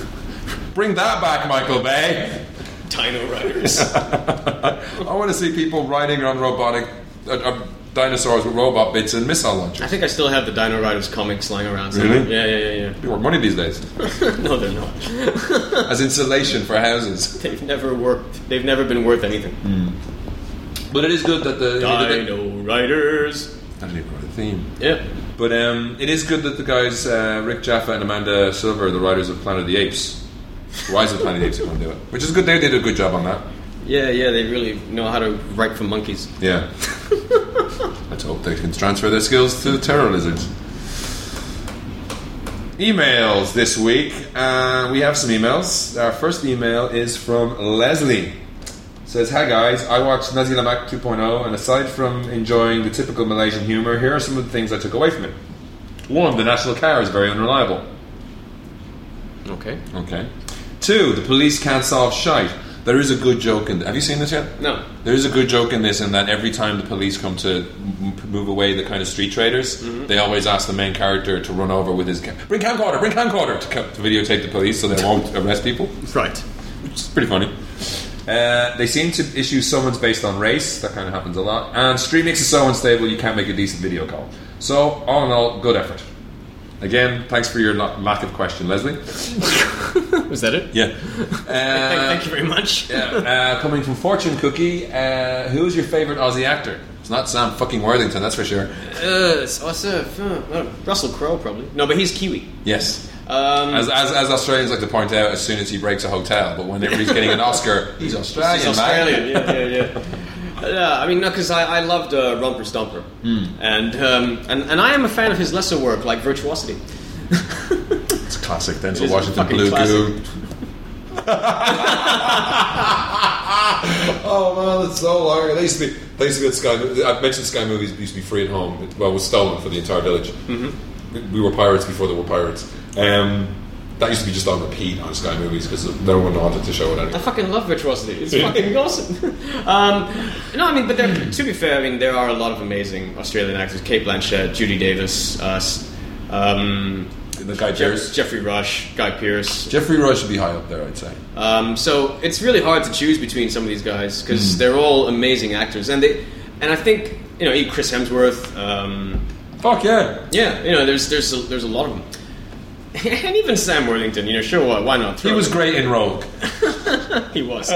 B: Bring that back, Michael Bay.
A: Dino Riders.
B: I want to see people riding on robotic uh, uh, dinosaurs with robot bits and missile
A: I
B: launchers.
A: think I still have the Dino Riders comics lying around.
B: Really?
A: somewhere. Yeah, yeah,
B: They work money these days
A: yeah, yeah. no, they're not.
B: as insulation for houses.
A: They've never worked. They've never been worth anything.
B: But it is good that the
A: Dino Riders.
B: I don't even know the theme.
A: Yep.
B: But um, it is good that the guys, uh, Rick Jaffa and Amanda Silver, the writers of Planet of the Apes, the wise of Planet of the Apes, are going to do it. Which is good. They did a good job on that.
A: Yeah, yeah, they really know how to write for monkeys.
B: Yeah. Let's hope they can transfer their skills to the terror lizards. Emails this week. Uh, we have some emails. Our first email is from Leslie. Says, Hi guys, I watched Nazi Lamak 2.0, oh, and aside from enjoying the typical Malaysian humor, here are some of the things I took away from it. One, the national car is very unreliable.
A: Okay.
B: Okay. Two, the police can't solve shite. There is a good joke in. Have you seen this yet?
A: No.
B: There is a good joke in this, in that every time the police come to m- m- move away the kind of street traders, they always ask the main character to run over with his ca- bring camcorder, bring camcorder to, ca- to videotape the police so they won't arrest people,
A: Right.
B: which is pretty funny. Uh, they seem to issue summons based on race. That kind of happens a lot. And Streamix is so unstable you can't make a decent video call. So all in all, good effort. Again, thanks for your lo- lack of question, Leslie. Uh,
A: Was that it?
B: Yeah.
C: Thank,
B: Uh,
C: thank you very much.
B: yeah. Uh, coming from Fortune Cookie, uh, who is your favourite Aussie actor? It's not Sam fucking Worthington, that's for sure.
A: Uh, it's also, uh, Russell Crowe, probably. No, but he's Kiwi.
B: Yes.
A: Um,
B: As, as, as Australians like to point out, as soon as he breaks a hotel, but whenever he's getting an Oscar, he's Australian.
A: He's
B: man.
A: Australian, yeah, yeah, yeah. Yeah, I mean, no, because I, I loved uh, Romper Stomper,
B: Hmm.
A: and, um, and and I am a fan of his lesser work like Virtuosity.
B: It's classic. Denzel
A: is a
B: Washington,
A: fucking
B: Blue
A: classic.
B: Goo. oh man, it's so long. They used to be. They used to be at Sky. I've mentioned Sky movies used to be free at home. It, well, it was stolen for the entire village. Mm-hmm. We were pirates before there were pirates. Um, that used to be just on repeat on Sky movies because no one wanted to show it
A: I
B: anymore.
A: fucking love Virtuosity. It's fucking awesome. um, no, I mean, but there, to be fair, I mean, there are a lot of amazing Australian actors: Kate Blanchett, Judy Davis, uh, s- um,
B: The guy
A: Jeff,
B: Pierce,
A: Jeffrey Rush, Guy Pearce.
B: Jeffrey Rush should be high up there, I'd say.
A: Um, so it's really hard to choose between some of these guys because they're all amazing actors, and they, and I think you know, even Chris Hemsworth. Um,
B: Fuck yeah!
A: Yeah, you know, there's there's a, there's a lot of them, and even Sam Worthington. You know, sure, why, why not?
B: He
A: Throw
B: was
A: him.
B: great in Rogue.
A: he was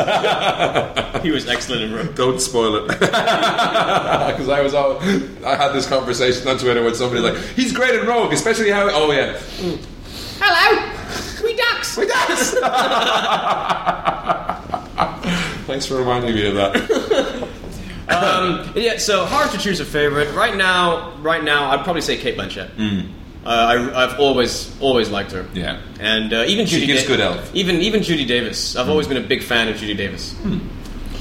A: he was excellent in Rogue.
B: Don't spoil it. Because I was all, I had this conversation on Twitter with somebody like, he's great in Rogue, especially how. Oh yeah,
A: Hello, we ducks.
B: he does. Thanks for reminding me of that.
A: Um, yeah, so hard to choose a favorite right now. Right now, I'd probably say Kate Blanchett. Uh, I, I've always always liked her.
B: Yeah.
A: and uh, even
B: She
A: Judy
B: gives good elf.
A: Even even Judy Davis. I've always been a big fan of Judy Davis.
B: Hmm.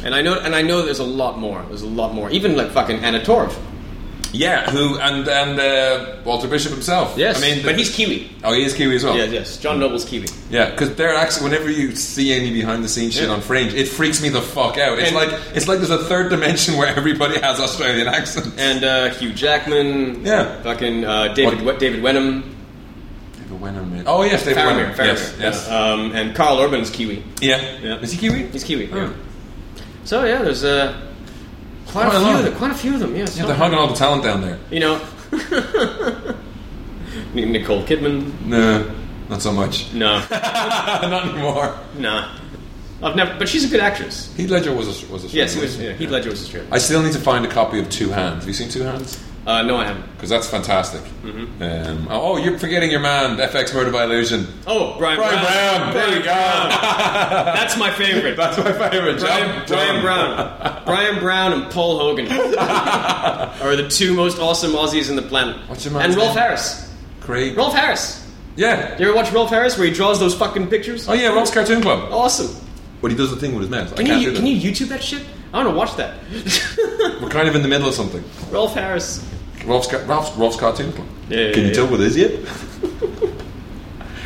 A: And I know and I know there's a lot more. There's a lot more. Even like fucking Anna Torv.
B: Yeah, who and and uh, Walter Bishop himself.
A: Yes,
B: I mean,
A: but he's Kiwi.
B: oh, he is Kiwi as well.
A: Yeah, yes, John Noble's Kiwi.
B: Yeah, because they're actually whenever you see any behind the scenes shit
A: Yeah.
B: on Fringe, it freaks me the fuck out. It's
A: And-
B: like it's like there's a third dimension where everybody has Australian accents.
A: and uh, Hugh Jackman.
B: Yeah.
A: Fucking uh, David
B: What-
A: we- David Wenham.
B: David Wenham is- Oh yes, David
A: Faramir.
B: Wenham.
A: Faramir.
B: Yes, yes.
A: Um, and Carl Urban's Kiwi.
B: Yeah.
A: Yeah.
B: Is he Kiwi?
A: He's Kiwi.
B: Oh.
A: Yeah. So yeah, there's uh, quite,
B: Quite a
A: a few.
B: lot.
A: Of them, quite a few of them. Yeah.
B: Yeah,
A: so-
B: they're hugging all the talent down there.
A: you know. Nicole Kidman.
B: No, not so much.
A: No.
B: not anymore.
A: nah. I've never. But she's a good actress.
B: Heath Ledger was a, was a
A: Yes, he was. Yeah, Heath Ledger was Australian.
B: I still need to find a copy of Two Hands. Have you seen Two Hands?
A: Uh, no, I haven't.
B: Because that's fantastic.
A: Mm-hmm.
B: Um, oh, you're forgetting your man, FX Murder by Illusion.
A: Oh, Brian.
B: Brian
A: Brown.
B: Brown. There you go.
A: That's my favorite.
B: That's my favorite.
A: Brian,
B: John-
A: Brian
B: John.
A: Brown. Brian Brown and Paul Hogan are the two most awesome Aussies in the planet.
B: What's your man's
A: and Rolf
B: name?
A: Harris.
B: Great.
A: Rolf Harris.
B: Yeah.
A: You ever watch Rolf Harris where he draws those fucking pictures?
B: Oh yeah, Rob's Cartoon Club.
A: Awesome.
B: But he does the thing with his mouth. I
A: Can
B: can't
A: you
B: do
A: can
B: that.
A: you YouTube that shit? I want to watch that.
B: We're kind of in the middle of something.
A: Rolf Harris.
B: Rolf's, Ca- Rolf's, Rolf's Cartoon Club.
A: Yeah, yeah,
B: Can you
A: yeah.
B: tell what it is yet?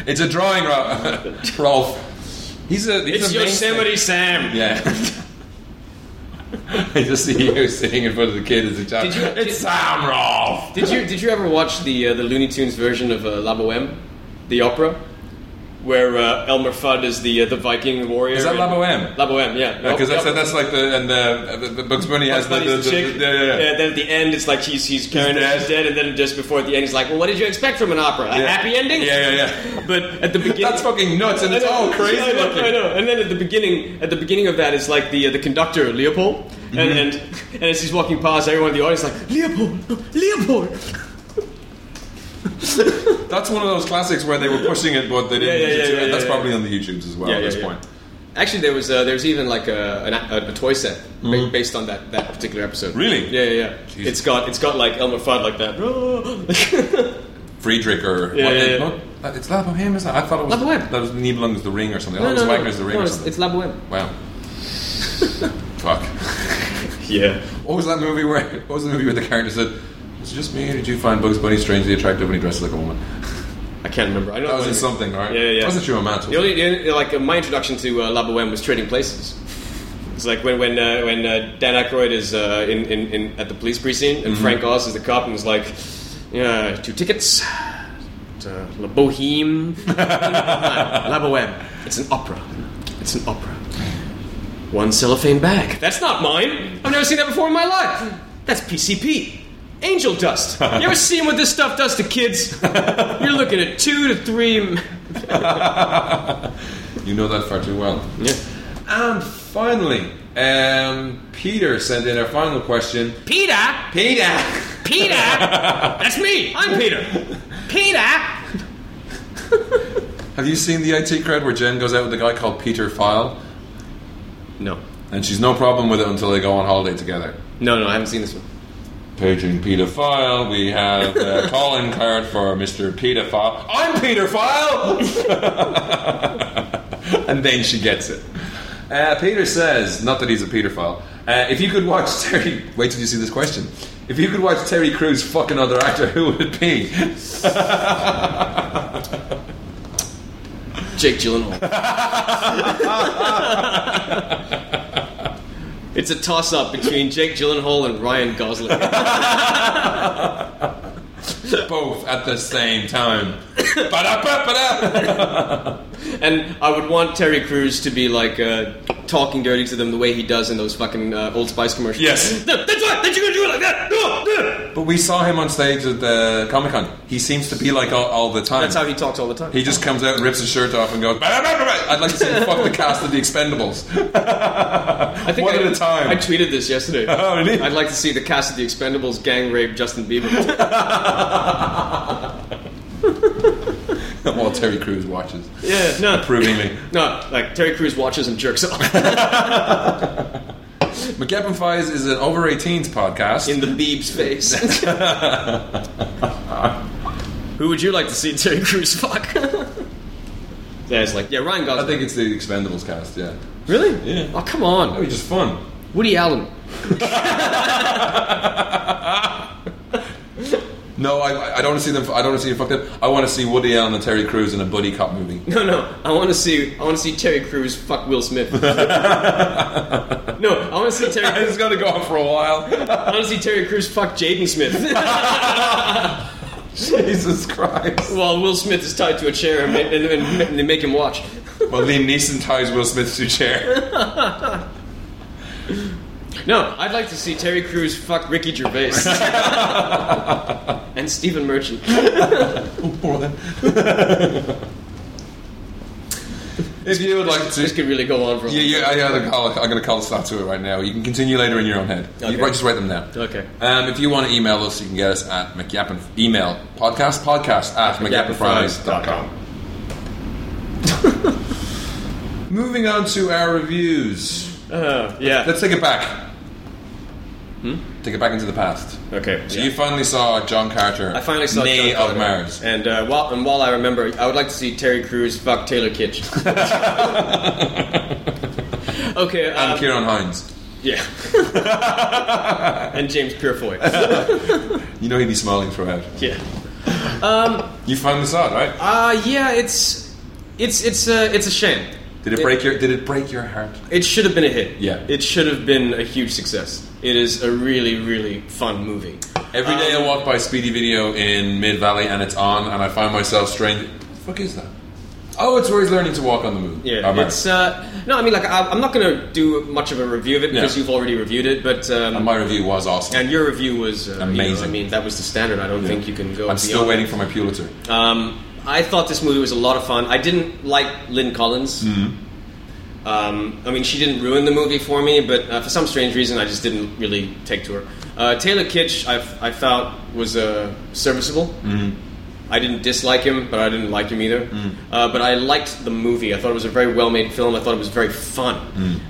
B: it's a drawing, Ro- Rolf. He's a. He's
A: It's
B: a mainstay.
A: Yosemite Sam.
B: Yeah. I just see you sitting in front of the kid as a child.
A: Did you-
B: it's
A: did-
B: Sam Rolf.
A: Did you did you ever watch the uh, the Looney Tunes version of uh, La Boheme, the opera, where uh, Elmer Fudd is the uh, the Viking warrior?
B: Is that La
A: and-
B: Boheme?
A: La Boheme, yeah.
B: Because
A: Oh, Yep.
B: that's, that's like the and the, the, the Bugs Bunny has the,
A: But
B: the,
A: he's
B: the,
A: the chick.
B: the- yeah, yeah, yeah.
A: Then at the end, it's like he's he's carrying
B: dead.
A: dead. dead, and then just before at the end, he's like, "Well, what did you expect from an opera? A
B: Yeah.
A: happy ending?"
B: Yeah, yeah, yeah.
A: But at the beginning,
B: That's fucking nuts, and it's
A: I know,
B: all crazy
A: I know, I
B: looking.
A: know. And then at the beginning, at the beginning of that is like the uh, the conductor Leopold, and,
B: Mm-hmm.
A: and and as he's walking past, everyone in the audience is like Leopold, Leopold.
B: That's one of those classics where they were pushing it, but they didn't.
A: Yeah, yeah,
B: push
A: yeah,
B: it too- and
A: yeah,
B: that's
A: yeah,
B: probably on the YouTubes as well
A: Yeah,
B: at
A: yeah,
B: this
A: yeah.
B: point.
A: Actually, there was uh, there was even like a, an, a, a toy set ba- based on that, that particular episode.
B: Mm. Really?
A: Yeah, yeah. yeah.
B: Jesus.
A: It's got it's got like Elmer Fudd like that.
B: Friedrich or
A: Yeah,
B: what,
A: yeah, yeah.
B: what- it's La Boheme, isn't it? I thought it was
A: La Boheme.
B: That was Nibelung's The Ring or something.
A: No,
B: that was
A: no, no.
B: Wagner's The Ring
A: No,
B: or
A: it's,
B: something.
A: it's La Boheme.
B: wow. Fuck.
A: Yeah.
B: What was that movie where? What was the movie where the character said, "It's just me, or did you find Bugs Bunny strangely attractive when he dresses like a woman?"
A: I can't remember. I know
B: That was
A: what
B: in
A: you-
B: something, right?
A: Yeah, yeah, yeah.
B: That wasn't true on Matt's.
A: The only, the only- like uh, my introduction to uh, La Boheme was Trading Places. It's like when when uh, when uh, Dan Aykroyd is uh, in, in, in at the police precinct
B: Mm-hmm.
A: and Frank Oz is the cop and is like, yeah, two tickets, to La Boheme, La Boheme. It's an opera. It's an opera. One cellophane bag. That's not mine. I've never seen that before in my life. That's PCP. Angel dust. You ever seen what this stuff does to kids? You're looking at two to three.
B: You know that far too well.
A: Yeah.
B: And finally, um, Peter sent in our final question.
A: Peter,
B: Peter!
A: Peter, that's me. I'm Peter. Peter.
B: Have you seen the IT crowd where Jen goes out with a guy called Peter File?
A: No,
B: And she's no problem with it until they go on holiday together.
A: no, no. I haven't seen this one.
B: Paging pedophile, we have a calling card for Mr. Pedophile. I'm pedophile! and then she gets it. Uh, Peter says, not that he's a pedophile, uh, if you could watch Terry. Wait till you see this question. If you could watch Terry Crews fuck another actor, who would it be?
A: Jake Gyllenhaal. it's a toss-up between Jake Gyllenhaal and Ryan Gosling.
B: Both at the same time. Ba-da-ba-ba-da.
A: And I would want Terry Crews to be like uh, talking dirty to them the way he does in those fucking uh, Old Spice commercials.
B: Yes.
A: No, that's right. That you're gonna do it like that. No, no.
B: but we saw him on stage at the Comic Con. He seems to be like all, all the time.
A: That's how he talks all the time.
B: He just comes out and rips his shirt off and goes, "Bah, bah, bah, bah." I'd like to see him fuck the cast of The Expendables.
A: I think
B: one
A: I-
B: at a time.
A: I tweeted this yesterday.
B: Oh, really?
A: I'd like to see the cast of The Expendables gang rape Justin Bieber.
B: While Terry Crews watches,
A: yeah. No.
B: approvingly.
A: No. Like Terry Crews watches and jerks off
B: McGeppin Fies is an over 18s podcast.
A: in the Biebs face. Who would you like to see Terry Crews fuck? yeah, it's like yeah, Ryan
B: I
A: Gosling.
B: think it's The Expendables cast, yeah.
A: really?
B: Yeah.
A: Oh come on.
B: That would be just fun.
A: Woody Allen.
B: No, I, I don't want to see them. I don't want to see them fucked up. I want to see Woody Allen and Terry Crews in a buddy cop movie.
A: No, no. I want to see. I want to see Terry Crews fuck Will Smith. no, I want to see Terry.
B: it's gonna go on for a while.
A: I want to see Terry Crews fuck Jaden Smith
B: Jesus Christ.
A: while Will Smith is tied to a chair and, ma- and, and, ma- and they make him watch.
B: Well, Liam Neeson ties Will Smith to a chair.
A: No, I'd like to see Terry Crews fuck Ricky Gervais and Stephen Merchant.
B: More than. if you would like to
A: This could really go on for. a
B: Yeah,
A: long-
B: yeah, I, I'm gonna call. I'm gonna call a stop to it right now. You can continue later in your own head.
A: Okay.
B: You right, just write them down.
A: Okay.
B: Um, if you want to email us, you can get us at McGappin. Email podcast podcast at McGappinfries.com. Moving on to our reviews.
A: Uh, yeah.
B: Let's take it back. Hmm? Take it back into the past.
A: okay.
B: So
A: yeah.
B: you finally saw John Carter.
A: I finally saw
B: Nay
A: John
B: of
A: Carter.
B: Mars.
A: And uh, while and while I remember, I would like to see Terry Crews fuck Taylor Kitsch. okay. Um,
B: And Kieran Hines.
A: yeah. and James Purefoy.
B: You know he'd be smiling throughout.
A: Yeah.
B: You finally saw it, right?
A: Uh, yeah. It's it's it's uh, it's a shame.
B: Did it break your Did it break your heart?
A: It should have been a hit.
B: Yeah.
A: It should have been a huge success. It is a really really fun movie.
B: Every day I walk by Speedy Video in Mid Valley and it's on, and I find myself strange. What the fuck is that? Oh, it's where he's learning to walk on the moon.
A: Yeah,
B: I'm
A: it's uh, no. I mean, like, I, I'm not going to do much of a review of it because
B: No.
A: you've already reviewed it, but um,
B: and my review was awesome.
A: And your review was uh, you know,
B: Amazing.
A: I mean, that was the standard. I don't think you can go.
B: I'm
A: beyond.
B: still waiting for my Pulitzer.
A: Um, I thought this movie was a lot of fun. I didn't like Lynn Collins. Um, I mean, she didn't ruin the movie for me, but uh, for some strange reason, I just didn't really take to her. Uh, Taylor Kitsch, I, I felt was uh, serviceable. I didn't dislike him, but I didn't like him either. Uh, but I liked the movie. I thought it was a very well-made film. I thought it was very fun,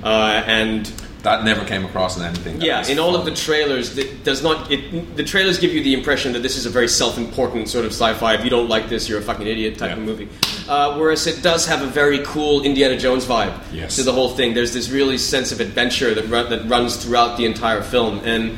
A: uh, and
B: That never came across in anything. That
A: yeah,
B: was
A: in all of
B: fun.
A: the trailers, it does not. It, the trailers give you the impression that this is a very self-important sort of sci-fi. If you don't like this, you're a fucking idiot type
B: Yeah.
A: of movie. Uh, whereas it does have a very cool Indiana Jones vibe
B: Yes.
A: to the whole thing. There's this really sense of adventure that run, that runs throughout the entire film, and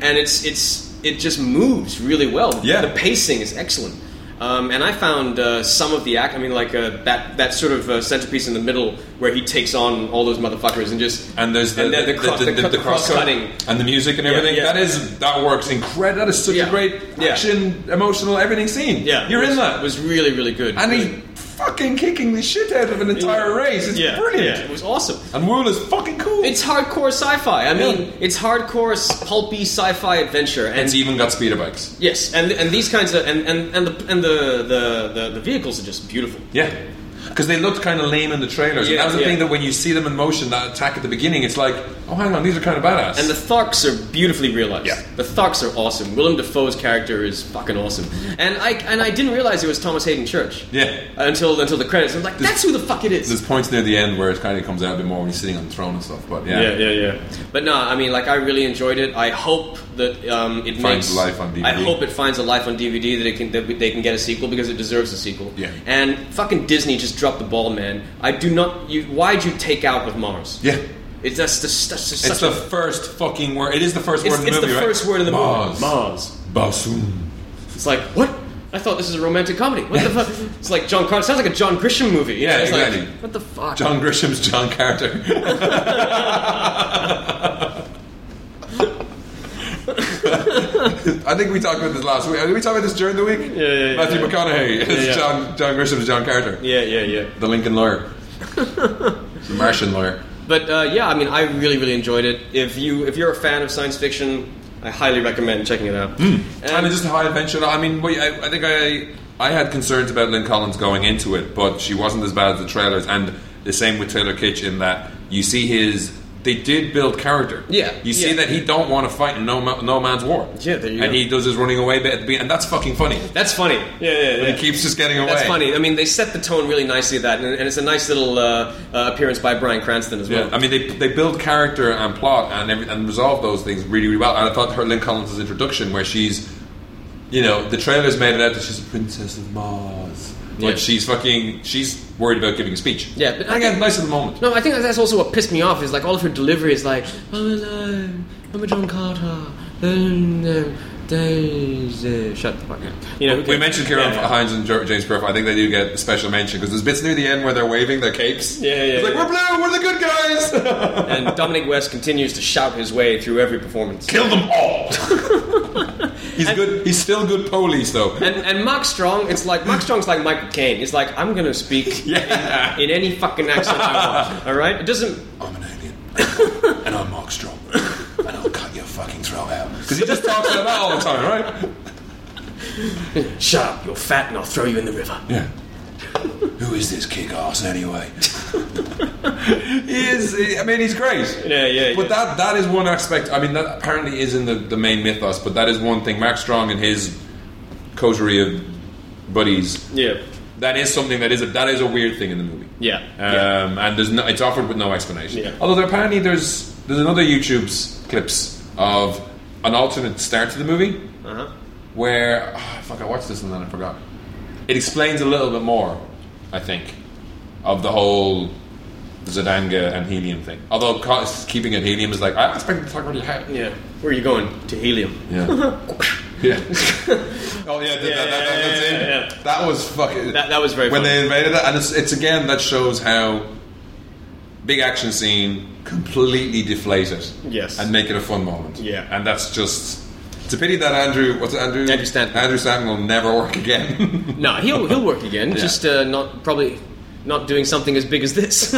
A: and it's it's it just moves really well.
B: Yeah.
A: the pacing is excellent. Um, and I found uh, some of the act. I mean, like uh, that that sort of uh, centerpiece in the middle where he takes on all those motherfuckers and just
B: and there's the,
A: and then
B: the,
A: the cro-
B: the,
A: the- the
B: cross
A: cross-cutting.
B: and the music and everything.
A: yeah.
B: That is that works incredible. That is such
A: Yeah.
B: a great
A: Yeah.
B: action, emotional, everything scene.
A: Yeah,
B: you're
A: was-
B: in that.
A: Was really really good.
B: and
A: Really-
B: he fucking kicking the shit out of an entire race. It's
A: yeah,
B: brilliant.
A: yeah, it was awesome.
B: And Wool is fucking cool.
A: It's hardcore sci-fi. I mean,
B: Yeah.
A: it's hardcore s- pulpy sci-fi adventure, and
B: It's even got speeder bikes.
A: yes, and and these kinds of and and and the and the the, the, the vehicles are just beautiful.
B: Yeah. Because they looked kind of lame in the trailers. and
A: Yeah,
B: that was the
A: yeah.
B: thing that when you see them in motion, that attack at the beginning, it's like, oh, hang on, these are kind of badass.
A: And the Tharks are beautifully realized.
B: Yeah.
A: The Tharks are awesome. Willem Dafoe's character is fucking awesome. And I and I didn't realize it was Thomas Hayden Church.
B: yeah.
A: Until until the credits. I'm like, that's who the fuck it is.
B: There's points near the end where it kind of comes out a bit more when he's sitting on the throne and stuff. But yeah.
A: yeah, yeah. But no, I mean, like, I really enjoyed it. I hope that um, it
B: Finds
A: makes
B: a life on DVD.
A: I hope it finds a life on DVD that it can that they can get a sequel because it deserves a sequel.
B: Yeah.
A: And fucking Disney just dropped the ball, man. I do not. You, why'd you take out of Mars?
B: Yeah.
A: It's that's just, that's just
B: It's
A: such
B: the first fucking word. It is the first
A: a. It's,
B: word in the
A: it's
B: movie,
A: the
B: right?
A: first word in the
B: Mars.
A: movie. Mars.
B: Bassoon.
A: It's like what? I thought this is a romantic comedy. What the fuck? It's like John Carter. Sounds like a John Grisham movie.
B: Yeah,
A: it's like,
B: exactly.
A: what the fuck?
B: John Grisham's John Carter. I think we talked about this last week. Did we talk about this during the week?
A: Yeah, yeah, yeah,
B: Matthew
A: yeah.
B: McConaughey is
A: yeah.
B: John, John Grisham's John Carter.
A: Yeah, yeah, yeah.
B: The Lincoln lawyer. the Martian lawyer.
A: But uh, yeah, I mean, I really, really enjoyed it. If you if you're a fan of science fiction, I highly recommend checking it out.
B: And it's just a high adventure. I mean, we- I, I think I I had concerns about Lynn Collins going into it, but she wasn't as bad as the trailers. And the same with Taylor Kitsch in that you see his. They did build character.
A: Yeah,
B: you see
A: yeah.
B: that he don't want to fight in no ma- no man's war.
A: Yeah, there you
B: and
A: go.
B: he does his running away bit at the beginning, and that's fucking funny.
A: That's funny. Yeah, yeah, yeah.
B: He keeps just getting away.
A: That's funny. I mean, they set the tone really nicely of that, and, and it's a nice little uh, uh, appearance by Brian Cranston as well.
B: Yeah, I mean, they, they build character and plot and every, and resolve those things really, really well. And I thought her Lynn Collins' introduction, where she's, you know, the trailers made it out that she's a princess of Mars, but
A: Yeah.
B: she's fucking, she's worried about giving a speech.
A: Yeah, but
B: and again, nice at the moment.
A: no, I think that's also what pissed me off is like all of her delivery is like, "Oh, hello, I'm a John Carter." Um, um, there's, uh, Shut the fuck up. You know, who
B: We
A: cares?
B: mentioned Kieran
A: Yeah.
B: Hines and Jo- James Perth. I think they do get a special mention because there's bits near the end where they're waving their capes.
A: Yeah, yeah,
B: It's like
A: yeah.
B: we're blue, we're the good guys.
A: and Dominic West continues to shout his way through every performance.
B: Kill them all. he's good. He's still good police though.
A: And, and Mark Strong, it's like Mark Strong's like Michael Caine. It's like I'm gonna speak
B: yeah.
A: in any fucking accent I want. All right, it doesn't.
B: I'm an alien. and I'm Mark Strong. And I'll cut your fucking throat out. Because he just talks like that all the time, right?
C: Shut up, you're fat, and I'll throw you in the river.
B: Yeah. Who is this kick ass anyway? he is. he- I mean, he's great.
A: Yeah, yeah,
B: But
A: yeah.
B: that that is one aspect. I mean, that apparently is in the, the main mythos. But that is one thing. Mark Strong and his coterie of buddies.
A: Yeah,
B: That is something that is a, that is a weird thing in the movie.
A: yeah, yeah.
B: Um, and there's no, it's offered with no explanation.
A: Yeah.
B: Although there, apparently there's there's another YouTube's clips of an alternate start to the movie
A: Uh-huh.
B: where ah, fuck I watched this and then I forgot. It explains a little bit more, I think, of the whole Zadanga and helium thing. Although co- keeping it helium is like I expected to talk about your head.
A: Yeah. Where are you going to helium?
B: Yeah. yeah. oh yeah, that, that, that,
A: yeah,
B: that's
A: yeah,
B: it.
A: yeah, yeah.
B: That was fucking.
A: That- that was very
B: When
A: funny.
B: they invaded it, and it's, it's again that shows how big action scene completely deflate it.
A: Yes.
B: And make it a fun moment.
A: Yeah.
B: And that's just. It's a pity that Andrew. What's it, Andrew?
A: Andrew Stanton.
B: Andrew Stanton will never work again.
A: No, he'll he'll work again. Just uh, not probably not doing something as big as this.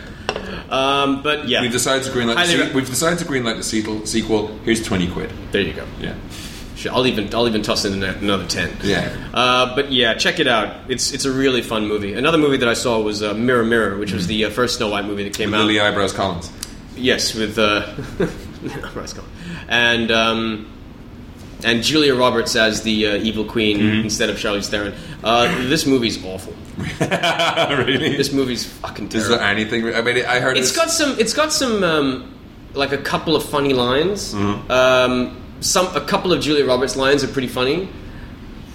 A: um, but yeah,
B: we've decided to greenlight. The
A: Highly
B: se-
A: re-
B: we've decided to greenlight the sequel. Sequel. Here's twenty quid.
A: there you go.
B: Yeah.
A: Shit, I'll even I'll even toss in an- another ten.
B: Yeah.
A: Uh, but yeah, check it out. It's it's a really fun movie. Another movie that I saw was uh, Mirror Mirror, which was
B: Mm-hmm.
A: the uh, first Snow White movie that came out.
B: Lily eyebrows Collins.
A: Yes, with uh, Rice Gum. and um, and Julia Roberts as the uh, evil queen
B: Mm-hmm.
A: instead of Charlize Theron. Uh, this movie's awful.
B: really?
A: This movie's fucking
B: Is
A: terrible.
B: there anything? I mean, I heard
A: it's got some. It's got some um, like a couple of funny lines.
B: Mm-hmm.
A: Um, some a couple of Julia Roberts lines are pretty funny,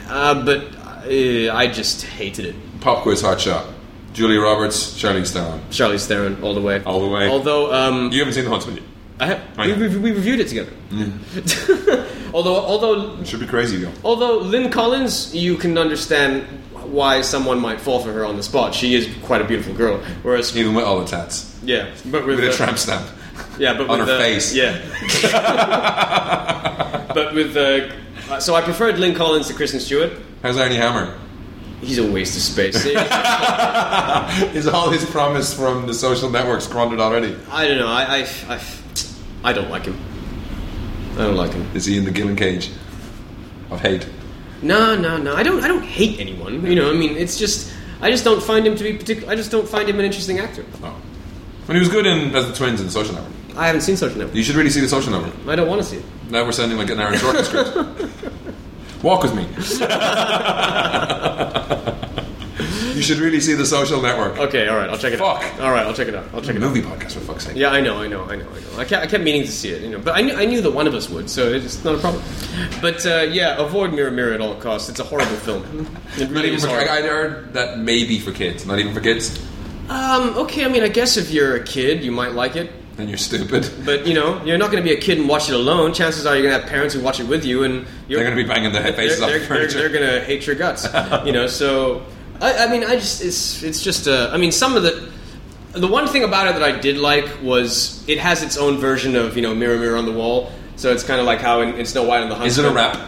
A: uh, but uh, I just hated it.
B: pop quiz hot shot. Julia Roberts, Charlize Theron.
A: Charlize Theron all the way.
B: All the way.
A: Although um,
B: You Oh, haven't seen The Huntsman.
A: I have,
B: I
A: we,
B: know.
A: we, we reviewed it together. although although
B: It should be crazy though.
A: Although Lynn Collins, you can understand why someone might fall for her on the spot. She is quite a beautiful girl. Whereas,
B: Even with all the tats,
A: yeah, but with,
B: with a
A: the-
B: tramp stamp.
A: yeah, but
B: on
A: with
B: her
A: the-
B: face.
A: yeah. but with the, so I preferred Lynn Collins to Kristen Stewart.
B: How's Arnie Hammer?
A: He's a waste of space. Seriously.
B: Is all his promise from the social network squandered already?
A: I don't know. I, I, I, I don't like him. I don't like him.
B: Is he in the Gillen cage of hate?
A: No, no, no. I don't. I don't hate anyone. You know. I mean, it's just. I just don't find him to be particular. I just don't find him an interesting actor.
B: No. When he was good in as the twins in the social network.
A: I haven't seen Social Network.
B: You should really see the social network.
A: I don't want to see it.
B: Now we're sending like an Aaron Sorkin script. Walk with me. you should really see the social network.
A: Okay. All right. I'll check it
B: Fuck.
A: out. All right. I'll check it out. I'll check it out.
B: Movie podcast for fuck's sake.
A: Yeah, I know, I know, I know, I know. I kept, I kept meaning to see it, you know, but I knew, I knew that one of us would, so it's not a problem. But uh, yeah, avoid Mirror Mirror at all costs. It's a horrible film. It
B: Not
A: really
B: even
A: is
B: for,
A: horrible.
B: I, I heard that maybe for kids, not even for kids.
A: Um, okay, I mean, I guess if you're a kid, you might like it.
B: Then you're stupid.
A: But you know, you're not going to be a kid and watch it alone. Chances are you're going to have parents who watch it with you, and you're,
B: They're going to be banging their
A: they're,
B: faces off
A: they're,
B: the
A: they're,
B: furniture.
A: going to hate your guts. you know, so I, I mean, I just it's it's just uh, I mean, some of the the one thing about it that I did like was it has its own version of you know mirror mirror on the wall. So it's kind of like how in, in Snow White and the Huntsman.
B: Is it a rap?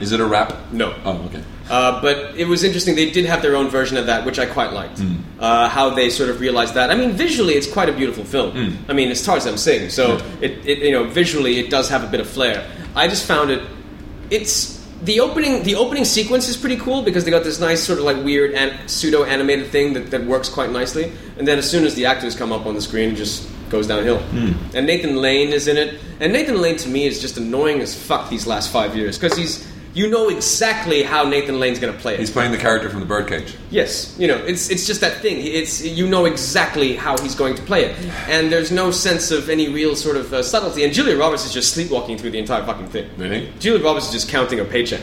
B: Is it a rap?
A: No.
B: Oh, okay.
A: Uh, but it was interesting. They did have their own version of that, which I quite liked. Uh, how they sort of realized that. I mean, visually, it's quite a beautiful film. I mean, it's Tarzan Singh, so it, it you know visually it does have a bit of flair. I just found it. It's the opening. The opening sequence is pretty cool because they got this nice sort of like weird and pseudo animated thing that, that works quite nicely. And then as soon as the actors come up on the screen, it just goes downhill. And Nathan Lane is in it. And Nathan Lane to me is just annoying as fuck these last five years because he's you know exactly how Nathan Lane's going to play it.
B: He's playing the character from the birdcage.
A: yes, you know it's it's just that thing. It's you know exactly how he's going to play it, and there's no sense of any real sort of uh, subtlety. And Julia Roberts is just sleepwalking through the entire fucking thing.
B: Really?
A: Julia Roberts is just counting a paycheck.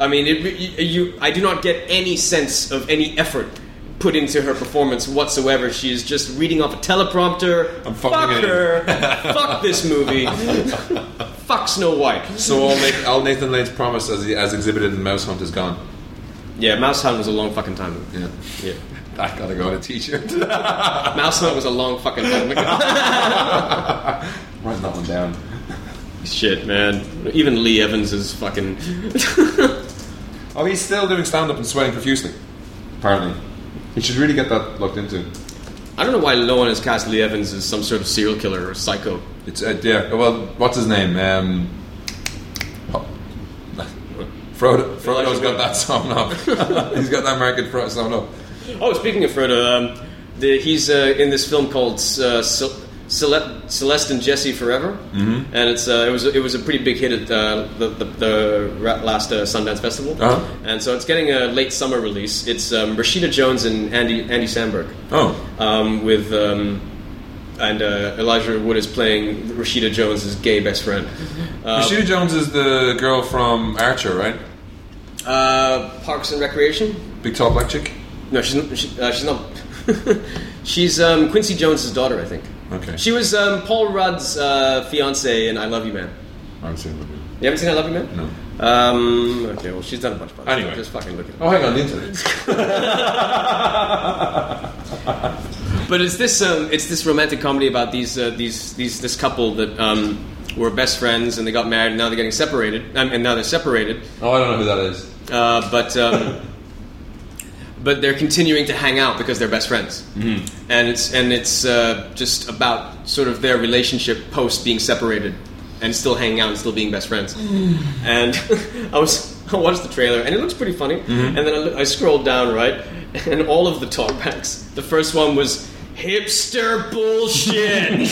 A: I mean, it, you, you, I do not get any sense of any effort put into her performance whatsoever. She is just reading off a teleprompter.
B: I'm
A: Fuck
B: fucking
A: her. Fuck this movie. Fuck Snow White. um,
B: So all Nathan, all Nathan Lane's promise as, he, as exhibited in Mouse Hunt is gone.
A: Yeah, Mouse Hunt was a long fucking time ago.
B: Yeah.
A: Yeah.
B: That gotta go on a t-shirt.
A: Mouse Hunt was a long fucking time ago.
B: Write that one down.
A: Shit, man. Even Lee Evans is fucking.
B: Oh, he's still doing stand-up and sweating profusely. Apparently. He should really get that looked into.
A: I don't know why no one has cast Lee Evans as some sort of serial killer or psycho.
B: It's, uh, yeah, well, what's his name? Um, oh, Frodo, Frodo's got that sewn up. he's got that American Frodo sewn up.
A: Oh, speaking of Frodo, um, the, he's uh, in this film called uh, Cel- Cele- Celeste and Jesse Forever, mm-hmm. and it's uh, it was it was a pretty big hit at uh, the the, the ra- last uh, Sundance Festival,
B: Uh-huh.
A: and so it's getting a late summer release. It's um, Rashida Jones and Andy Andy Samberg,
B: Oh.
A: um, with um, and uh, Elijah Wood is playing Rashida Jones' gay best friend. Uh,
B: Mm-hmm. Rashida Jones is the girl from Archer, right?
A: uh, Parks and Recreation.
B: Big tall black chick?
A: No, she's not, she, uh, she's not. she's um, Quincy Jones's daughter, I think.
B: Okay.
A: She was um, Paul Rudd's uh, fiance in I Love You Man.
B: I haven't seen the movie.
A: You haven't seen I Love You Man?
B: No.
A: Um, okay, well, she's done a bunch of other stuff.
B: Anyway.
A: Just fucking look at it.
B: Oh, hang on, the internet.
A: But it's this um, it's this romantic comedy about these uh, these these this couple that um, were best friends and they got married and now they're getting separated um, and now they're separated.
B: Oh, I don't know who that is.
A: Uh, but um, but they're continuing to hang out because they're best friends, mm. and it's and it's uh, just about sort of their relationship post being separated and still hanging out and still being best friends. And I was I watched the trailer and it looks pretty funny, and then I, look, I scrolled down right, and all of the talkbacks. The first one was hipster bullshit.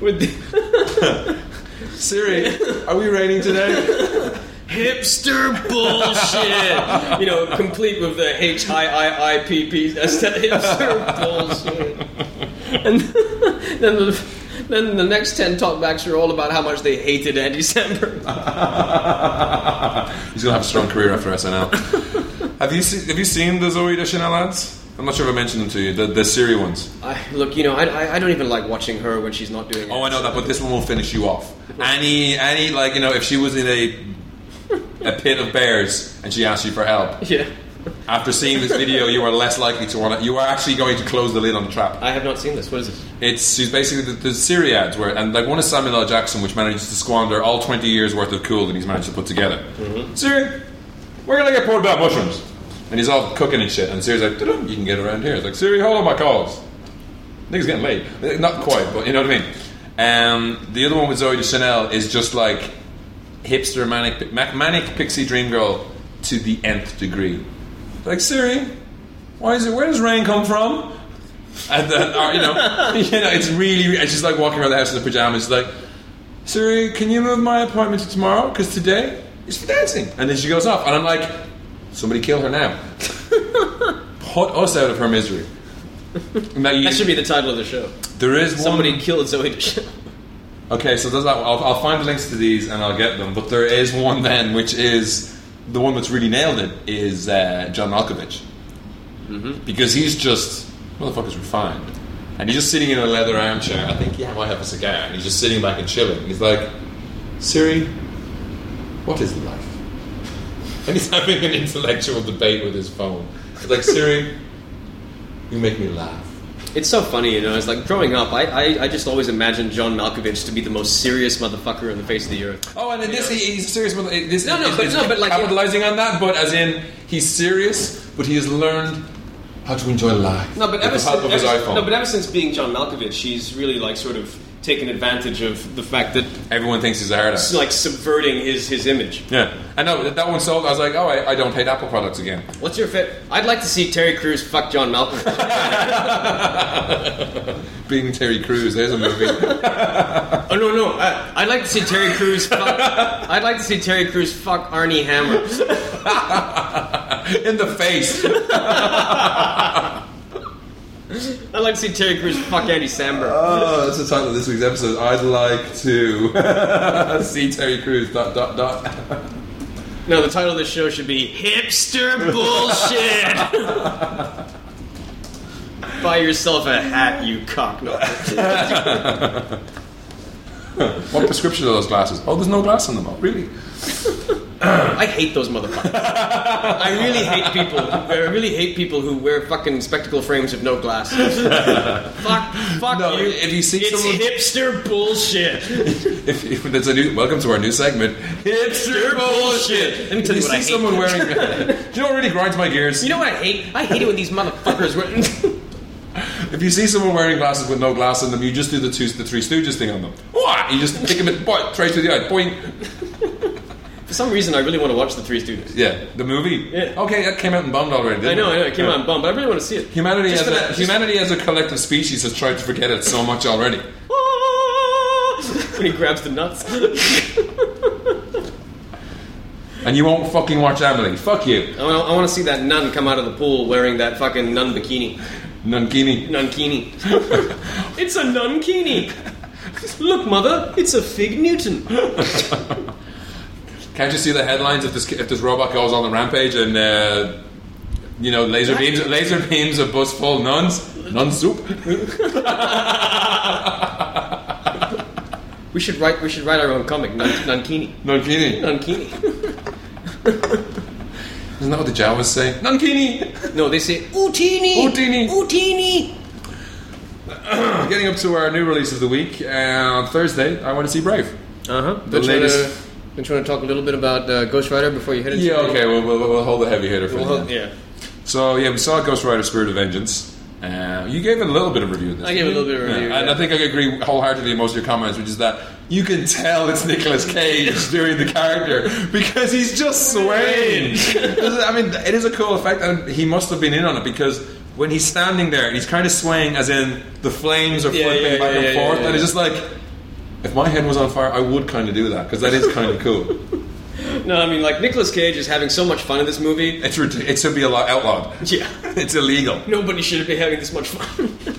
A: With the,
B: Siri, are we raining today?
A: hipster bullshit. you know, complete with the H I I I P P. That's that hipster bullshit. And then the, then the next ten talkbacks are all about how much they hated Andy Samberg.
B: He's gonna have a strong career after SNL. have you seen Have you seen the Zoe Deschanel ads? I'm not sure if I mentioned them to you. The, the Siri ones.
A: I, look, you know, I, I, I don't even like watching her when she's not doing.
B: Oh, I know that, but this one will finish you off. Annie, Annie, like you know, if she was in a a pit of bears and she asked you for help,
A: Yeah.
B: After seeing this video, you are less likely to want to. You are actually going to close the lid on the trap.
A: I have not seen this. What is it?
B: It's she's basically the, the Syriads where and like one is Samuel L. Jackson, which manages to squander all twenty years worth of cool that he's managed to put together. Siri, we're gonna get poured about mushrooms, and he's all cooking and shit. And Siri's like, "Dudum, you can get around here. It's like Siri, hold on my calls. Niggas getting laid. Eh, Not quite, but you know what I mean. Um, the other one with Zoe Chanel is just like hipster manic ma- manic pixie dream girl to the nth degree. Like Siri, why is it? Where does rain come from? And then, or, you know, you know, it's really. And she's like walking around the house in her pajamas, like, Siri, can you move my appointment to tomorrow? Because today is for dancing. And then she goes off, and I'm like, somebody kill her now. Put us out of her misery. Now you-
A: That should be the title of the show.
B: there is
A: Somebody
B: one.
A: killed Zoe Deschanel.
B: Okay, so there's that. I'll, I'll find the links to these and I'll get them. But there is one then, which is the one that's really nailed it is uh, John Malkovich, because he's just motherfucker's refined, and he's just sitting in a leather armchair. I think yeah, might have a cigar, and he's just sitting back and chilling. And he's like, Siri, what is life? And he's having an intellectual debate with his phone. He's like Siri, you make me laugh.
A: It's so funny, you know. It's like growing up, I, I, I just always imagined John Malkovich to be the most serious motherfucker on the face of the earth.
B: Oh, and in this, he, he's serious. About, this,
A: No, no,
B: is-
A: but-
B: is
A: no, but like-
B: capitalizing on that, but as in he's serious, but he has learned how to enjoy life.
A: No, but
B: with
A: ever
B: the help
A: since
B: of his
A: ever-
B: iPhone.
A: no, but ever since being John Malkovich, he's really like sort of taken advantage of the fact that
B: everyone thinks he's a hard ass.
A: it's like subverting his his image.
B: Yeah, I know that, that one sold. I was like, oh, I, I don't hate Apple products again.
A: What's your fit? I'd like to see Terry Crews fuck John Malkovich.
B: Being Terry Crews, there's a movie.
A: oh no no! I, I'd like to see Terry Crews. Fuck, I'd like to see Terry Crews fuck Arnie Hammer.
B: in the face.
A: I'd like to see Terry Crews fuck Andy Samberg.
B: Oh, that's the title of this week's episode. I'd like to see Terry Crews. Dot dot dot.
A: No, the title of this show should be Hipster Bullshit! Buy yourself a hat, you cocknut.
B: What prescription are those glasses? Oh, there's no glass in them. Oh, really?
A: I hate those motherfuckers. I really hate people. I really hate people who wear fucking spectacle frames with no glasses. fuck, fuck
B: No,
A: you.
B: if you see
A: it's
B: someone-
A: hipster bullshit.
B: If, if that's a new welcome to our new segment, hipster
A: bullshit.
B: bullshit.
A: Let me tell you
B: If
A: what I hate.
B: see someone wearing. Do you know what really grinds my gears?
A: You know what I hate? I hate it when these motherfuckers. Were...
B: if you see someone wearing glasses with no glass in them, you just do the two, the three Stooges thing on them. Wah! You just pick them and point, straight through the eye. Point.
A: For some reason, I really want to watch the Three Students.
B: Yeah, the movie.
A: Yeah.
B: Okay, that came out and bombed already.
A: I
B: Didn't
A: know, I know,
B: it?
A: it came
B: Yeah.
A: out in bum, but I really want to see it.
B: Humanity
A: Just
B: as,
A: for
B: a,
A: that- just-
B: humanity as a collective species has tried to forget it so much already.
A: when he grabs the nuts.
B: And you won't fucking watch Emily. Fuck you.
A: I want, I want to see that nun come out of the pool wearing that fucking nun bikini.
B: Nankini.
A: Nunkini. it's a nunkini. Look, mother, it's a fig Newton.
B: Can't you see the headlines if this if this robot goes on the rampage and uh, you know laser beams laser beams a bus full of nuns nun soup?
A: We should write. We should write our own comic, nun, Nunkini.
B: Nankini.
A: Nunkini.
B: Isn't that what the Jawas say? Nankini.
A: No, they say Utini.
B: Utini.
A: Utini.
B: Getting up to our new release of the week uh, on Thursday. I want to see Brave.
A: Uh huh.
B: Uh-huh. The latest-
A: Don't you want to talk a little bit about uh, Ghost Rider before you hit it?
B: Yeah. Okay. We'll, we'll, we'll hold the heavy hitter for
A: Well,
B: that.
A: yeah.
B: So yeah, we saw Ghost Rider: Spirit of Vengeance. Uh, you gave it a little bit of review. This
A: I gave it a
B: didn't
A: little
B: you?
A: bit of review,
B: and
A: yeah.
B: I think I agree wholeheartedly with most of your comments, which is that you can tell it's Nicolas Cage doing the character because he's just swaying. I mean, it is a cool effect, and he must have been in on it because when he's standing there, he's kind of swaying, as in the flames are
A: Yeah,
B: flipping
A: yeah,
B: back
A: yeah,
B: and
A: yeah,
B: forth,
A: yeah,
B: and it's
A: yeah.
B: just like. If my head was on fire, I would kind of do that because that is kind of cool.
A: No, I mean like Nicolas Cage is having so much fun in this movie.
B: It's ridic- it should be a lot outlawed.
A: Yeah.
B: It's illegal.
A: Nobody should be having this much fun.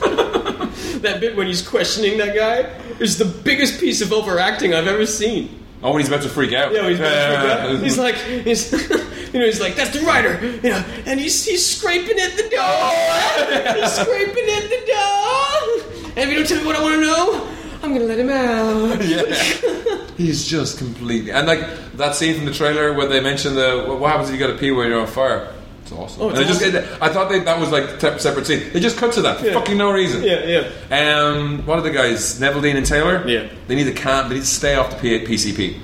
A: that bit when he's questioning that guy is the biggest piece of overacting I've ever seen.
B: Oh, when he's about to freak out.
A: Yeah, when he's,
B: Yeah.
A: he's like, he's, you know, he's like, that's the writer, you know, and he's, he's scraping at the door, he's scraping at the door, and if you don't tell me what I want to know, I'm gonna let him out.
B: Yeah. he's just completely and like that scene from the trailer where they mention the what what happens if you got a pee when you're on fire. It's awesome.
A: Oh, it's
B: and I just
A: awesome.
B: it- I thought they, that was like te- separate scene. They just cut to that for fucking no reason.
A: Yeah, yeah.
B: Um, what are the guys? Neville Dean and Taylor.
A: Yeah.
B: They need to can They need to stay off the P- PCP.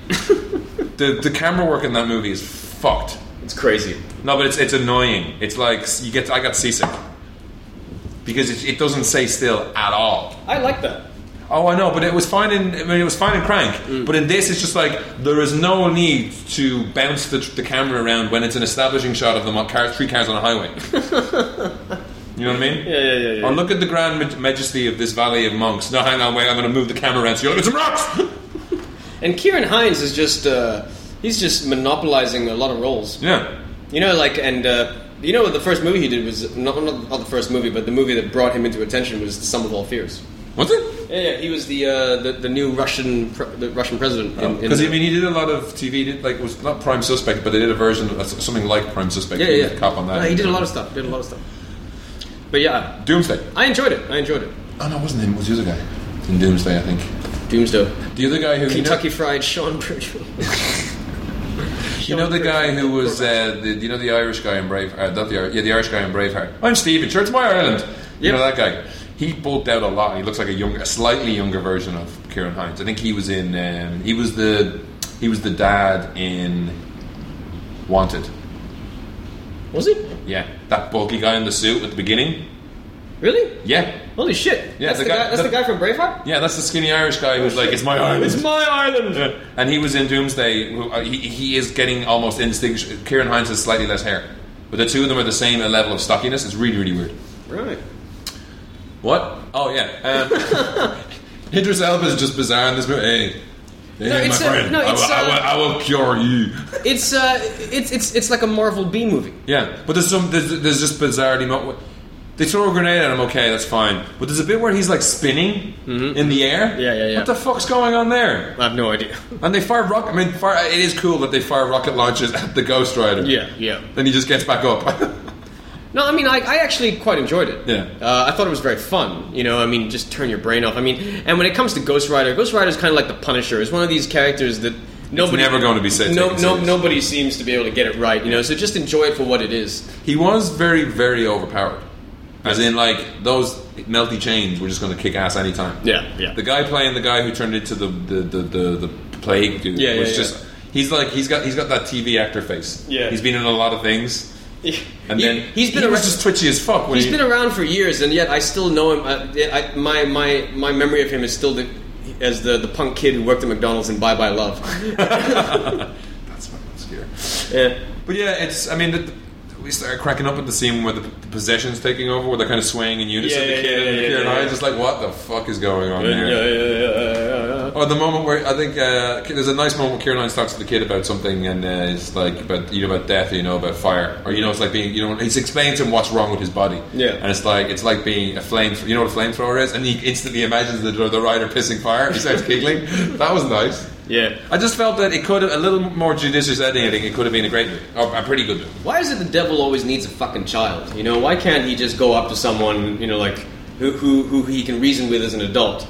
B: the the camera work in that movie is fucked.
A: It's crazy.
B: No, but it's it's annoying. It's like you get. I got seasick because it, it doesn't stay still at all.
A: I like that.
B: Oh, I know, but it was fine in I mean, it was fine in Crank.
A: Mm.
B: But in this, it's just like there is no need to bounce the, the camera around when it's an establishing shot of them on cars, three cars on a highway. you know what I mean?
A: Yeah, yeah, yeah, yeah.
B: Or look at the grand ma- majesty of this valley of monks. No, hang on, wait, I'm going to move the camera around. So you look at some rocks.
A: And Kieran Hines is just uh, he's just monopolizing a lot of roles.
B: yeah,
A: You know, like and uh, you know the first movie he did was not, not not the first movie, but the movie that brought him into attention was The Sum of All Fears.
B: what's it?
A: Yeah, yeah, he was the uh, the, the new Russian pre- the Russian president. in- in-
B: Oh, Because I mean, he did a lot of TV. Did like was not Prime Suspect, but they did a version of something like Prime Suspect.
A: yeah,
B: he
A: yeah,
B: was
A: yeah.
B: a Cop on that.
A: No, he did a lot of stuff. Did a lot of stuff. But yeah,
B: Doomsday.
A: I enjoyed it. I enjoyed it.
B: Oh no, it wasn't him. It was the other guy in Doomsday, I think.
A: Doomsday.
B: The other guy who you know-
A: Kentucky Fried Sean Pritchard.
B: You know the guy who was uh, the you know the Irish guy in Brave, uh, not the Irish, yeah, the Irish guy in Braveheart. I'm Steven. Sure, it's my Ireland. You know
A: Yep.
B: that guy. He bulked out a lot. and He looks like a young, a slightly younger version of Kieran Hines. I think he was in. Um, he was the he was the dad in Wanted.
A: Was he?
B: Yeah, that bulky guy in the suit at the beginning.
A: Really?
B: Yeah,
A: Holy shit!
B: Yeah,
A: that's
B: the
A: the,
B: guy-
A: guy, That's the
B: the-
A: guy from Braveheart.
B: yeah, that's the skinny Irish guy who's like, "It's my Ireland."
A: It's my island.
B: and he was in Doomsday. who- uh, He, he is getting almost indistinguishable. Kieran Hines has slightly less hair, but the two of them are the same level of stockiness. It's really, really weird.
A: Right.
B: What? Oh yeah. Um, Idris Elba is just bizarre in this movie. Hey, hey
A: No,
B: my
A: it's, uh,
B: friend,
A: no,
B: I, will,
A: it's,
B: I, will,
A: uh,
B: I will cure you.
A: It's uh, it's it's it's like a Marvel B movie.
B: yeah, but there's some there's, there's just bizarrity. Mo- they throw a grenade at him. Okay, that's fine. But there's a bit where he's like spinning in the air.
A: Mm-hmm. Yeah, yeah, yeah.
B: What the fuck's going on there?
A: I have no idea.
B: And they fire rocket. I mean, fire, it is cool that they fire rocket launchers at the Ghost Rider.
A: Yeah, yeah.
B: Then he just gets back up.
A: No, I mean, I, I actually quite enjoyed it.
B: Yeah.
A: Uh, I thought it was very fun. You know, I mean, just turn your brain off. I mean, and when it comes to Ghost Rider, Ghost Rider is kind of like the Punisher. It's one of these characters that nobody
B: never going to be said
A: No,
B: taken
A: no,
B: serious.
A: nobody seems to be able to get it right. You know, so just enjoy it for what it is.
B: He was very, very overpowered. As in, like, those melty chains were just going to kick ass anytime.
A: Yeah, yeah.
B: The guy playing the guy who turned into the the, the, the, the plague dude
A: Yeah, yeah,
B: was
A: yeah.
B: just. He's like he's got he's got that TV actor face.
A: Yeah.
B: he's been in a lot of things, and
A: He-
B: then
A: he's been
B: he
A: around.
B: was just twitchy as fuck. When
A: He's
B: he,
A: been around for years, and yet I still know him. I, I, my my my memory of him is still the, as the the punk kid who worked at McDonald's in Bye Bye Love.
B: That's fucking scary.
A: yeah.
B: But yeah, it's I mean. The, the- we start cracking up at the scene where the, the possession's taking over, where they're kind of swaying in unison.
A: Yeah,
B: the
A: yeah,
B: kid
A: yeah,
B: and the
A: yeah,
B: kid and
A: yeah,
B: I
A: yeah.
B: just like, what the fuck is going on there?
A: yeah.
B: Or the moment where I think uh, there's a nice moment where Kieran Hines talks to the kid about something, and uh, it's like about you know about death, or you know about fire, or you know it's like being you know he's explaining to him what's wrong with his body,
A: Yeah.
B: and it's like it's like being a flame, you know what a flamethrower is, and he instantly imagines the the rider pissing fire. He starts giggling. That was nice.
A: Yeah.
B: I just felt that it could have a little more judicious editing. It could have been a great, movie, or a pretty good movie.
A: Why is it the devil always needs a fucking child? You know, why can't he just go up to someone, you know, like who who, who he can reason with as an adult?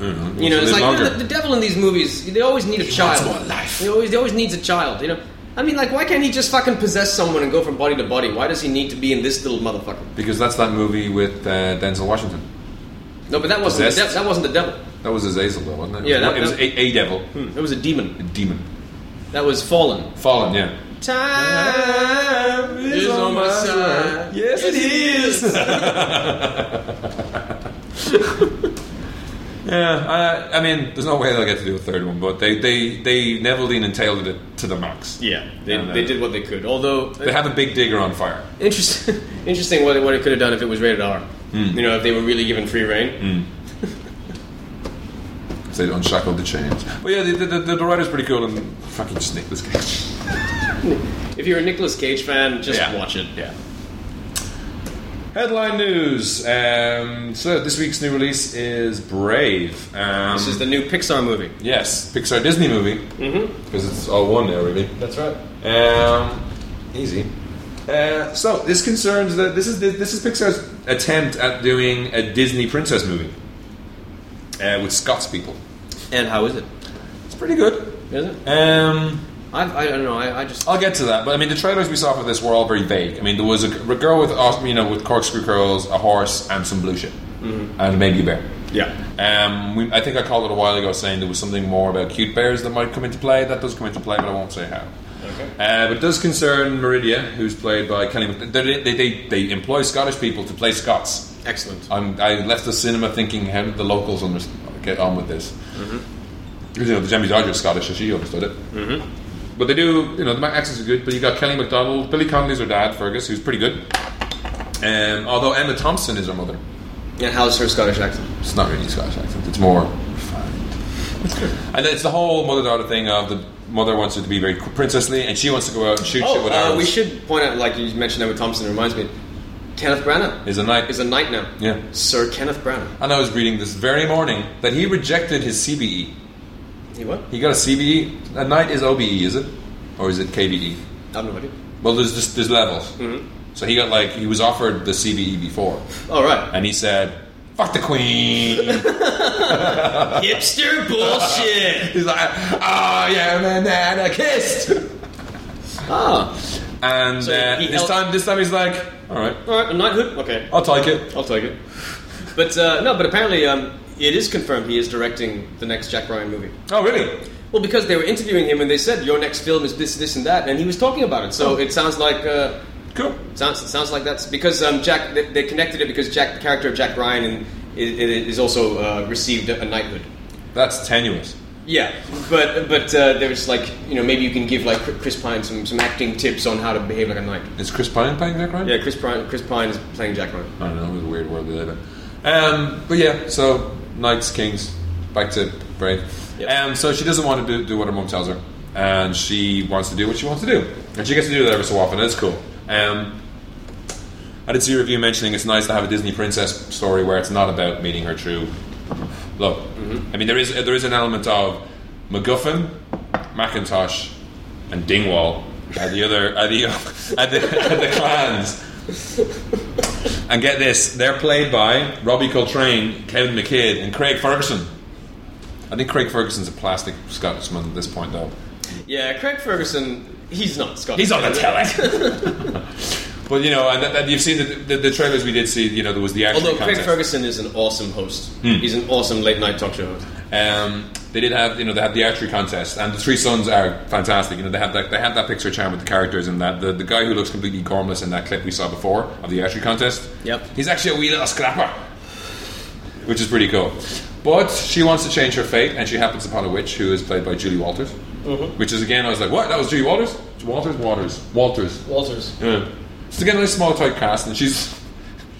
A: You know,
B: It
A: it's
B: was
A: like
B: a
A: you know,
B: little longer.
A: the, the devil in these movies, they always need a child.
B: wants more life.
A: He always, he always needs a child, you know? I mean, like, why can't he just fucking possess someone and go from body to body? Why does he need to be in this little motherfucker?
B: because that's that movie with uh, Denzel Washington.
A: No, but that wasn't, the
B: Possessed?
A: de- that wasn't the devil.
B: That was Azazel, though, wasn't it?
A: Yeah,
B: it was,
A: that-
B: it
A: that-
B: was a, a devil,
A: Hmm, That was a demon.
B: a demon,
A: That was fallen.
B: fallen. Yeah.
A: Time is on my side.
B: Yes, it is. yeah, I, I mean, there's no way they'll get to do a third one, but they they they Neville Dean and tailored it to the max.
A: Yeah, they,
B: And, uh,
A: they did what they could. Although,
B: They have a big digger on fire.
A: Interesting. Interesting. What it, what it could have done if it was rated R. You know, if they were really given free reign.
B: So they unshackled the chains. But yeah, the, the, the, the writer's pretty cool and fucking just nick this guy.
A: If you're a Nicolas Cage fan, just
B: Yeah.
A: watch it.
B: Yeah. Headline news. Um, so this week's new release is Brave. Um,
A: This is the new Pixar movie.
B: yes Pixar Disney movie because mm-hmm. it's all one now, really.
A: That's right.
B: Um, easy. Uh, so this concerns that this is this is Pixar's attempt at doing a Disney princess movie uh, with Scots people.
A: And how is it?
B: It's pretty good.
A: Is it?
B: Um,
A: I, I don't know. I, I just
B: I'll get to that, but I mean the trailers we saw for this were all very vague. I mean there was a, a girl with os- you know with corkscrew curls, a horse, and some blue shit,
A: Mm-hmm.
B: and maybe a bear.
A: yeah.
B: Um, we, I think I called it a while ago, saying there was something more about cute bears that might come into play. That does come into play, but I won't say how. Okay. Uh, but it does concern Meridia, who's played by Kelly. Mc- They, they, they, they employ Scottish people to play Scots.
A: Excellent.
B: I'm, I left the cinema thinking, how did the locals under- get on with this? Mm-hmm. Because you know the Jamie Dodger is Scottish, so she understood it. Mm-hmm. But they do, you know, the accents are good. But you got Kelly MacDonald, Billy Connolly's her dad, Fergus, who's pretty good. Um, although Emma Thompson is her mother.
A: And how's her Scottish accent?
B: It's not really Scottish accent. It's more refined. and it's the whole mother-daughter thing of the mother wants her to be very princessly, and she wants to go out and shoot shit
A: Oh,
B: with
A: uh,
B: arrows.
A: we should point out, like you mentioned, Emma Thompson reminds me, Kenneth Branagh
B: Is a knight.
A: is a knight now.
B: yeah.
A: Sir Kenneth Branagh.
B: And I was reading this very morning that he rejected his CBE.
A: He what?
B: He got a CBE. A knight is OBE, is it, or is it KBE?
A: I have no idea.
B: Well, there's just there's levels.
A: Mm-hmm.
B: So he got like he was offered the CBE before,
A: All right.
B: and he said, "Fuck the queen."
C: Hipster bullshit.
B: He's like, "Oh yeah, man, man, I kissed."
A: Ah.
B: And
A: So
B: uh,
A: he
B: this
A: held-
B: time, this time he's like, "All right,
A: All right. A knighthood. Okay.
B: I'll take it."
A: I'll take it. But uh, no. But apparently, um, it is confirmed he is directing the next Jack Ryan movie.
B: Oh, really?
A: Well, because they were interviewing him and they said your next film is this, this, and that, and he was talking about it. So it sounds like. Uh,
B: Cool.
A: Sounds it sounds like that's because um, Jack they, they connected it because Jack the character of Jack Ryan and is, is also uh, received a knighthood.
B: That's tenuous.
A: Yeah, but but uh, there was like you know maybe you can give like Chris Pine some, some acting tips on how to behave like a knight.
B: Is Chris Pine playing that right?
A: Yeah, Chris Pine Chris Pine is playing Jack Ryan.
B: I don't know. It was a weird world we live in. Um, but yeah, so knights, kings, back to Brave.
A: Yep.
B: Um, so she doesn't want to do, do what her mom tells her, and she wants to do what she wants to do, and she gets to do that every so often. And it's cool. Um, I did see a review mentioning it's nice to have a Disney princess story where it's not about meeting her true love. I mean, there is there is an element of MacGuffin, Macintosh, and Dingwall are the other are the are the, are the clans. And get this, they're played by Robbie Coltrane, Kevin McKidd, and Craig Ferguson. I think Craig Ferguson's a plastic Scotsman at this point, though.
A: Yeah, Craig Ferguson he's not Scottish.
B: He's on the telly. but you know, and that, that you've seen the, the, the trailers we did see. You know, there was the action.
A: Although Craig
B: contest.
A: Ferguson is an awesome host, he's an awesome late night talk show host.
B: Um, they did have, you know, they had the archery contest, and the three sons are fantastic. You know, they have that, they have that picture charm with the characters, and that the, the guy who looks completely gormless in that clip we saw before of the archery contest.
A: Yep.
B: he's actually a wee little scrapper, which is pretty cool. But she wants to change her fate, and she happens upon a witch who is played by Julie Walters, which is again, I was like, what? That was Julie Walters? Mm-hmm. Walters, Waters, Walters.
C: Walters.
B: Yeah. It's again a nice small tight cast, and she's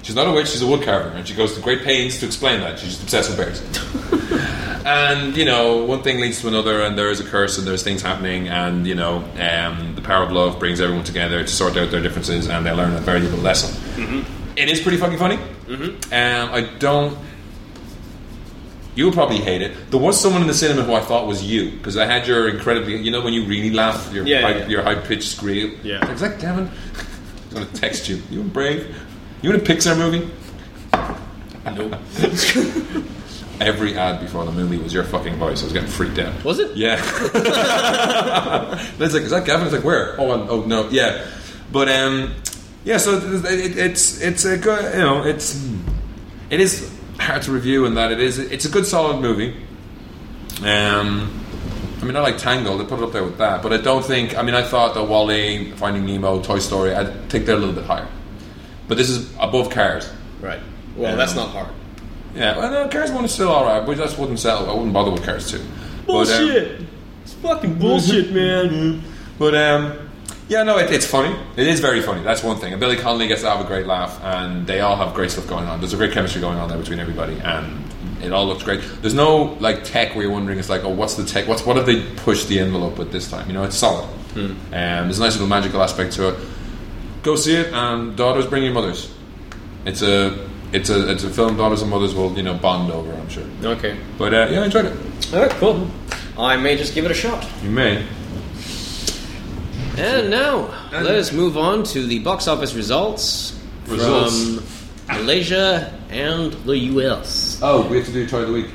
B: she's not a witch, she's a wood carver, and she goes to great pains to explain that. She's just obsessed with bears. and, you know, one thing leads to another, and there is a curse, and there's things happening, and, you know, um, the power of love brings everyone together to sort out their differences, and they learn a valuable lesson.
A: Mm-hmm.
B: It is pretty fucking funny. Um, I don't. You would probably hate it. There was someone in the cinema who I thought was you because I had your incredibly, you know, when you really laugh, your
A: Yeah, yeah,
B: high,
A: yeah.
B: your high pitched scream.
A: Yeah.
B: Is that Kevin? I'm gonna text you. You in Brave? You in a Pixar movie?
A: Nope.
B: Every ad before the movie was your fucking voice. I was getting freaked out.
A: Was it?
B: Yeah. Liz like, is that Gavin? It's like, where? Oh, and, oh no, yeah. But um, yeah. So it, it, it's it's a good, you know, it's it is hard to review in that it is it's a good solid movie. Um, I mean, I like Tango. They put it up there with that, but I don't think. I mean, I thought that Wally, Finding Nemo, Toy Story, I'd take that a little bit higher. But this is above Cars.
A: Right. Well,
B: Yeah.
A: that's not hard.
B: Yeah, well, no, Cars one is still all right. We just wouldn't sell. I wouldn't bother with Cars two. But, um,
A: it's fucking bullshit, man.
B: But um, yeah, no, it, it's funny. It is very funny. That's one thing. And Billy Connolly gets to have a great laugh, and they all have great stuff going on. There's a great chemistry going on there between everybody, and it all looks great. There's no like tech where you're wondering it's like, oh, what's the tech? What's what have they pushed the envelope with this time? You know, it's solid. Um, there's a nice little magical aspect to it. Go see it, and daughters bring your mothers. It's a it's a it's a film daughters and mothers will you know bond over. I'm sure.
A: Okay.
B: But uh, yeah, I enjoyed it.
A: All right, cool. I may just give it a shot.
B: You may.
A: And now, let us move on to the box office results,
B: Results.
A: from Malaysia and the US.
B: Oh, we have to do toy of the week.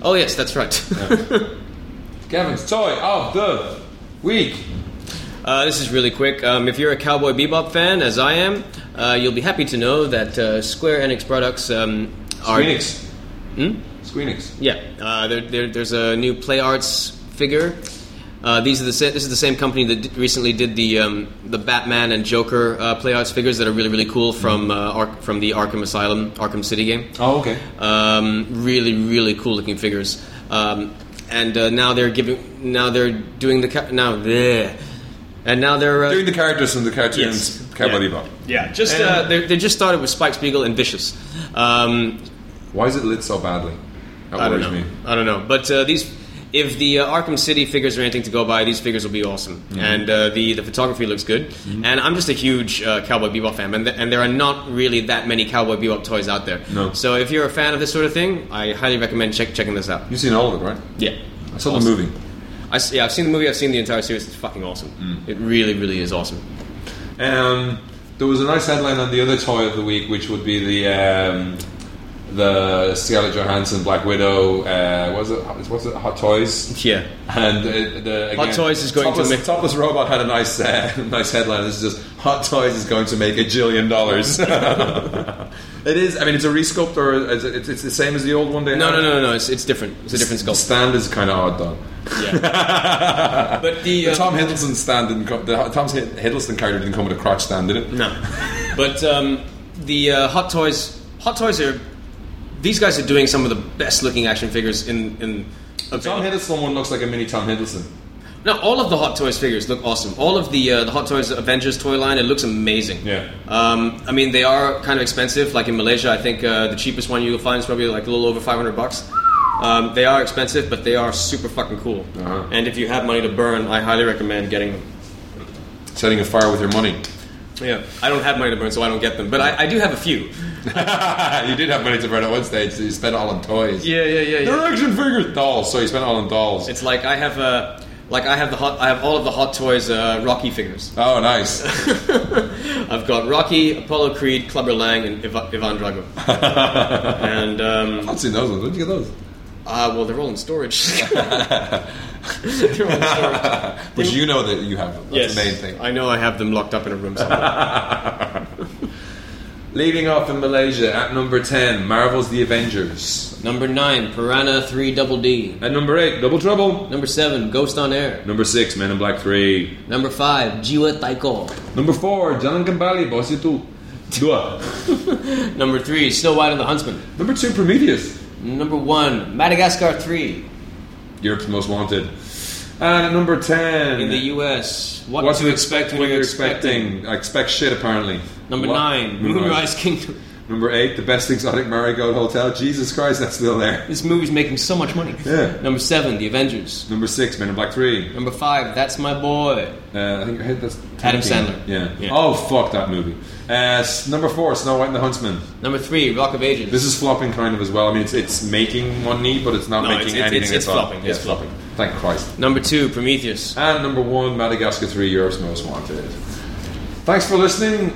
A: Oh, yes, that's right.
B: Kevin's toy of the week
A: Uh, this is really quick. Um, if you're a Cowboy Bebop fan, as I am, uh, you'll be happy to know that uh, Square Enix products um, are. Hmm?
B: Squeenix. Squeenix.
A: Yeah, uh, there, there, there's a new Play Arts figure. Uh, these are the sa- this is the same company that d- recently did the um, the Batman and Joker uh, Play Arts figures that are really really cool from uh, Ark from the Arkham Asylum Arkham City game.
B: Oh, okay.
A: Um, really really cool looking figures. Um, and uh, now they're giving now they're doing the ca- now there. And now they're uh,
B: Doing the characters from the cartoons,
A: Yes.
B: Cowboy
A: Yeah.
B: Bebop.
A: yeah just uh, they they just started with Spike Spiegel and Vicious. Um,
B: Why is it lit so badly? That
A: I don't
B: worries
A: know.
B: me.
A: I don't know. But uh, these, if the uh, Arkham City figures are anything to go by, these figures will be awesome. And uh, the the photography looks good. And I'm just a huge uh, Cowboy Bebop fan, and, th- and there are not really that many Cowboy Bebop toys out there.
B: No.
A: So if you're a fan of this sort of thing, I highly recommend check- checking this out.
B: You've seen all of it, right?
A: Yeah.
B: I saw
A: Awesome.
B: the movie.
A: I s- yeah, I've seen the movie. I've seen the entire series. It's fucking awesome. It really, really is awesome.
B: Um, there was a nice headline on the other toy of the week, which would be the um, the Scarlett Johansson Black Widow. Uh, was it was it Hot Toys?
A: Yeah.
B: And uh, the, again,
A: Hot Toys is going to
B: Topless,
A: make-
B: Topless Robot had a nice uh, nice headline. This is just Hot Toys is going to make a jillion dollars. it is. I mean, it's a resculpt or it's, it's, it's the same as the old one. They
A: No,
B: had.
A: no, no, no, no. It's, it's different. It's a different
B: The
A: sculpt.
B: stand is kind of odd though.
A: Yeah. but the,
B: The
A: uh,
B: Tom Hiddleston stand didn't come, the Tom Hiddleston character didn't come with a crotch stand, did it?
A: No, but um, the uh, Hot Toys, Hot Toys are these guys are doing some of the best looking action figures in in.
B: Tom Hiddleston one looks like a mini Tom Hiddleston.
A: No, all of the Hot Toys figures look awesome. All of the uh, the Hot Toys Avengers toy line, it looks amazing.
B: Yeah.
A: Um, I mean, they are kind of expensive. Like in Malaysia, I think uh, the cheapest one you'll find is probably like a little over five hundred bucks. Um, they are expensive, but they are super fucking cool.
B: Uh-huh.
A: And if you have money to burn, I highly recommend getting them.
B: Setting a fire with your money.
A: Yeah, I don't have money to burn, so I don't get them. But I, I do have a few.
B: you did have money to burn at one stage, so you spent it all on toys.
A: Yeah, yeah, yeah.
B: They're action figures, dolls. So you spent it all on dolls.
A: It's like I have uh, like I have the hot, I have all of the Hot Toys uh, Rocky figures.
B: oh, nice.
A: I've got Rocky, Apollo Creed, Clubber Lang, and Iv- Ivan Drago. and um,
B: I've seen those ones. Where'd you get those?
A: uh, well, they're all in storage. They're all in storage.
B: But you know that you have them.
A: Yes,
B: That's the main thing.
A: I know I have them locked up in a room somewhere.
B: Leading off in Malaysia at number 10, Marvel's The Avengers.
A: Number nine, Piranha Three Double D.
B: At number 8, Double Trouble.
A: Number seven, Ghost on Air.
B: Number 6, Men in Black 3.
A: Number five, Jiwa Taiko.
B: Number 4, Jalan Kembali, Bos Itu. Dua.
A: Number three, Snow White and the Huntsman.
B: Number 2, Prometheus.
A: Number one, Madagascar Three.
B: Europe's Most Wanted. And at number 10.
A: In the U.S., what,
B: What
A: to expect when you're expecting?
B: expecting? I expect shit, apparently.
A: Number
B: What?
A: nine, Moonrise Kingdom.
B: Number 8, The Best Exotic Marigold Hotel. Jesus Christ, that's still there.
A: This movie's making so much money.
B: Yeah.
A: Number seven, The Avengers.
B: Number 6, Men in Black 3.
A: Number five, That's My Boy.
B: Uh, I think I hit that's.
A: Adam
B: 13.
A: Sandler.
B: Yeah.
A: Yeah.
B: Oh, fuck that movie. Uh, s- number 4, Snow White and the Huntsman.
A: Number three, Rock of Ages.
B: This is flopping kind of as well. I mean, it's, it's making money, but it's not
A: No,
B: making
A: it's- it's-
B: anything
A: it's-
B: at
A: it's
B: all.
A: flopping.
B: Yeah,
A: It's flopping.
B: Thank Christ.
A: Number two, Prometheus.
B: And number one, Madagascar 3, Europe's Most Wanted. Thanks for listening.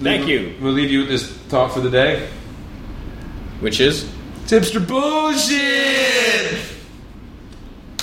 A: Thank
B: Leave-
A: you.
B: We'll leave you with this thought for the day.
A: Which is?
B: Tipster bullshit!